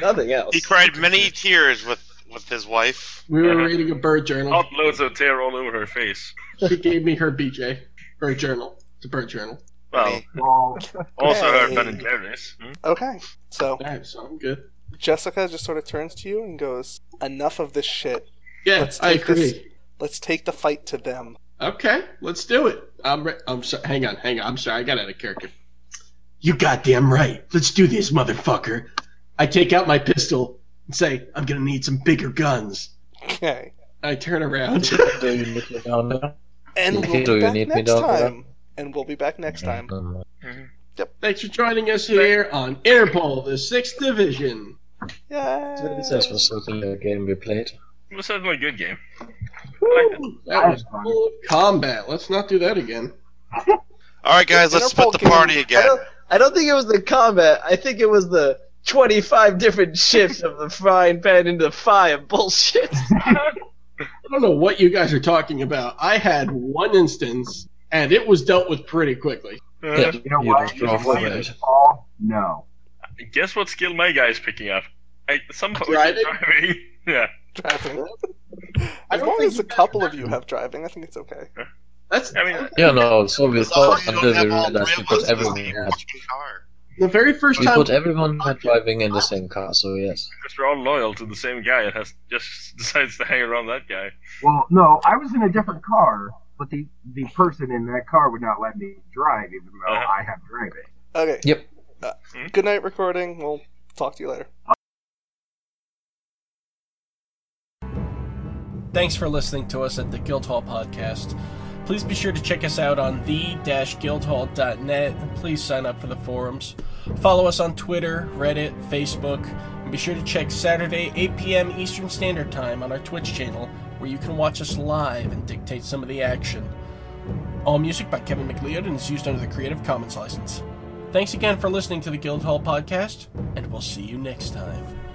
Speaker 5: Nothing else.
Speaker 8: He cried many tears with with his wife.
Speaker 2: We were reading a bird journal.
Speaker 6: Hot loads of tear all over her face.
Speaker 2: She gave me her BJ. Bird journal. It's a bird journal.
Speaker 6: Well,
Speaker 9: Wow.
Speaker 6: also her
Speaker 3: Hey.
Speaker 6: Ben and Jerry's. Hmm?
Speaker 3: Okay. So
Speaker 2: All right, so I'm good.
Speaker 3: Jessica just sort of turns to you and goes, "Enough of this shit.
Speaker 2: Yes,
Speaker 3: Let's
Speaker 2: I
Speaker 3: take this-
Speaker 2: agree.
Speaker 3: Let's take the fight to them."
Speaker 2: Okay, let's do it. I'm. Re- I'm. So- hang on. Hang on. I'm sorry. I got out of character. You goddamn right. Let's do this, motherfucker. I take out my pistol and say, "I'm gonna need some bigger guns."
Speaker 3: Okay.
Speaker 2: I turn <laughs> around.
Speaker 7: Do you need me down there?
Speaker 3: And
Speaker 7: Okay,
Speaker 3: we'll
Speaker 7: do
Speaker 3: be
Speaker 7: you
Speaker 3: back
Speaker 7: need me
Speaker 3: next
Speaker 7: down for that?
Speaker 3: time. And we'll be back next time.
Speaker 7: Um,
Speaker 2: Thanks for joining us here on Interpol, the Sixth Division.
Speaker 3: Yay.
Speaker 7: This was certainly a game we played.
Speaker 6: It was certainly a good game. I liked it.
Speaker 2: That was full of combat. Let's not do that again.
Speaker 8: All right, guys, let's split the
Speaker 3: Interpol
Speaker 8: party
Speaker 5: I
Speaker 8: again.
Speaker 5: don't, I don't think it was the combat. I think it was the 25 different shifts of the frying pan into the fire bullshit.
Speaker 2: I don't know what you guys are talking about. I had one instance, and it was dealt with pretty quickly.
Speaker 6: uh,
Speaker 7: Yeah,
Speaker 4: You know why?
Speaker 7: don't draw
Speaker 4: Why
Speaker 7: for
Speaker 4: is
Speaker 7: it.
Speaker 4: it all? No.
Speaker 6: Guess what skill my guy's picking up? I, some
Speaker 2: Driving?
Speaker 6: driving. <laughs> Yeah.
Speaker 3: Driving.
Speaker 2: I
Speaker 3: As
Speaker 2: don't
Speaker 3: long
Speaker 2: think
Speaker 3: as
Speaker 2: you
Speaker 3: a couple of you have driving, I think it's okay.
Speaker 2: That's
Speaker 6: I mean,
Speaker 7: Yeah, no, so we
Speaker 8: As long
Speaker 7: thought
Speaker 8: as you don't
Speaker 7: until we
Speaker 8: have all
Speaker 7: realized
Speaker 8: three
Speaker 7: we
Speaker 8: of
Speaker 7: put
Speaker 8: us in the
Speaker 7: everyone
Speaker 8: same
Speaker 7: had.
Speaker 8: fucking car.
Speaker 2: the very first
Speaker 7: We
Speaker 2: time.
Speaker 7: put everyone had driving in the same car, so yes.
Speaker 6: because we're all loyal to the same guy and has just <laughs> decides to hang around that guy.
Speaker 4: Well, no, I was in a different car, but the the person in that car would not let me drive, even though
Speaker 6: Uh-huh.
Speaker 4: I have driving.
Speaker 3: Okay.
Speaker 7: Yep.
Speaker 3: Uh,
Speaker 6: Hmm?
Speaker 3: good night, recording. We'll talk to you later.
Speaker 1: Thanks for listening to us at the Guildhall Podcast. Please be sure to check us out on the-guildhall.net and please sign up for the forums. Follow us on Twitter, Reddit, Facebook, and be sure to check Saturday, 8 p.m. Eastern Standard Time on our Twitch channel where you can watch us live and dictate some of the action. All music by Kevin McLeod and is used under the Creative Commons license. Thanks again for listening to the Guildhall Podcast, and we'll see you next time.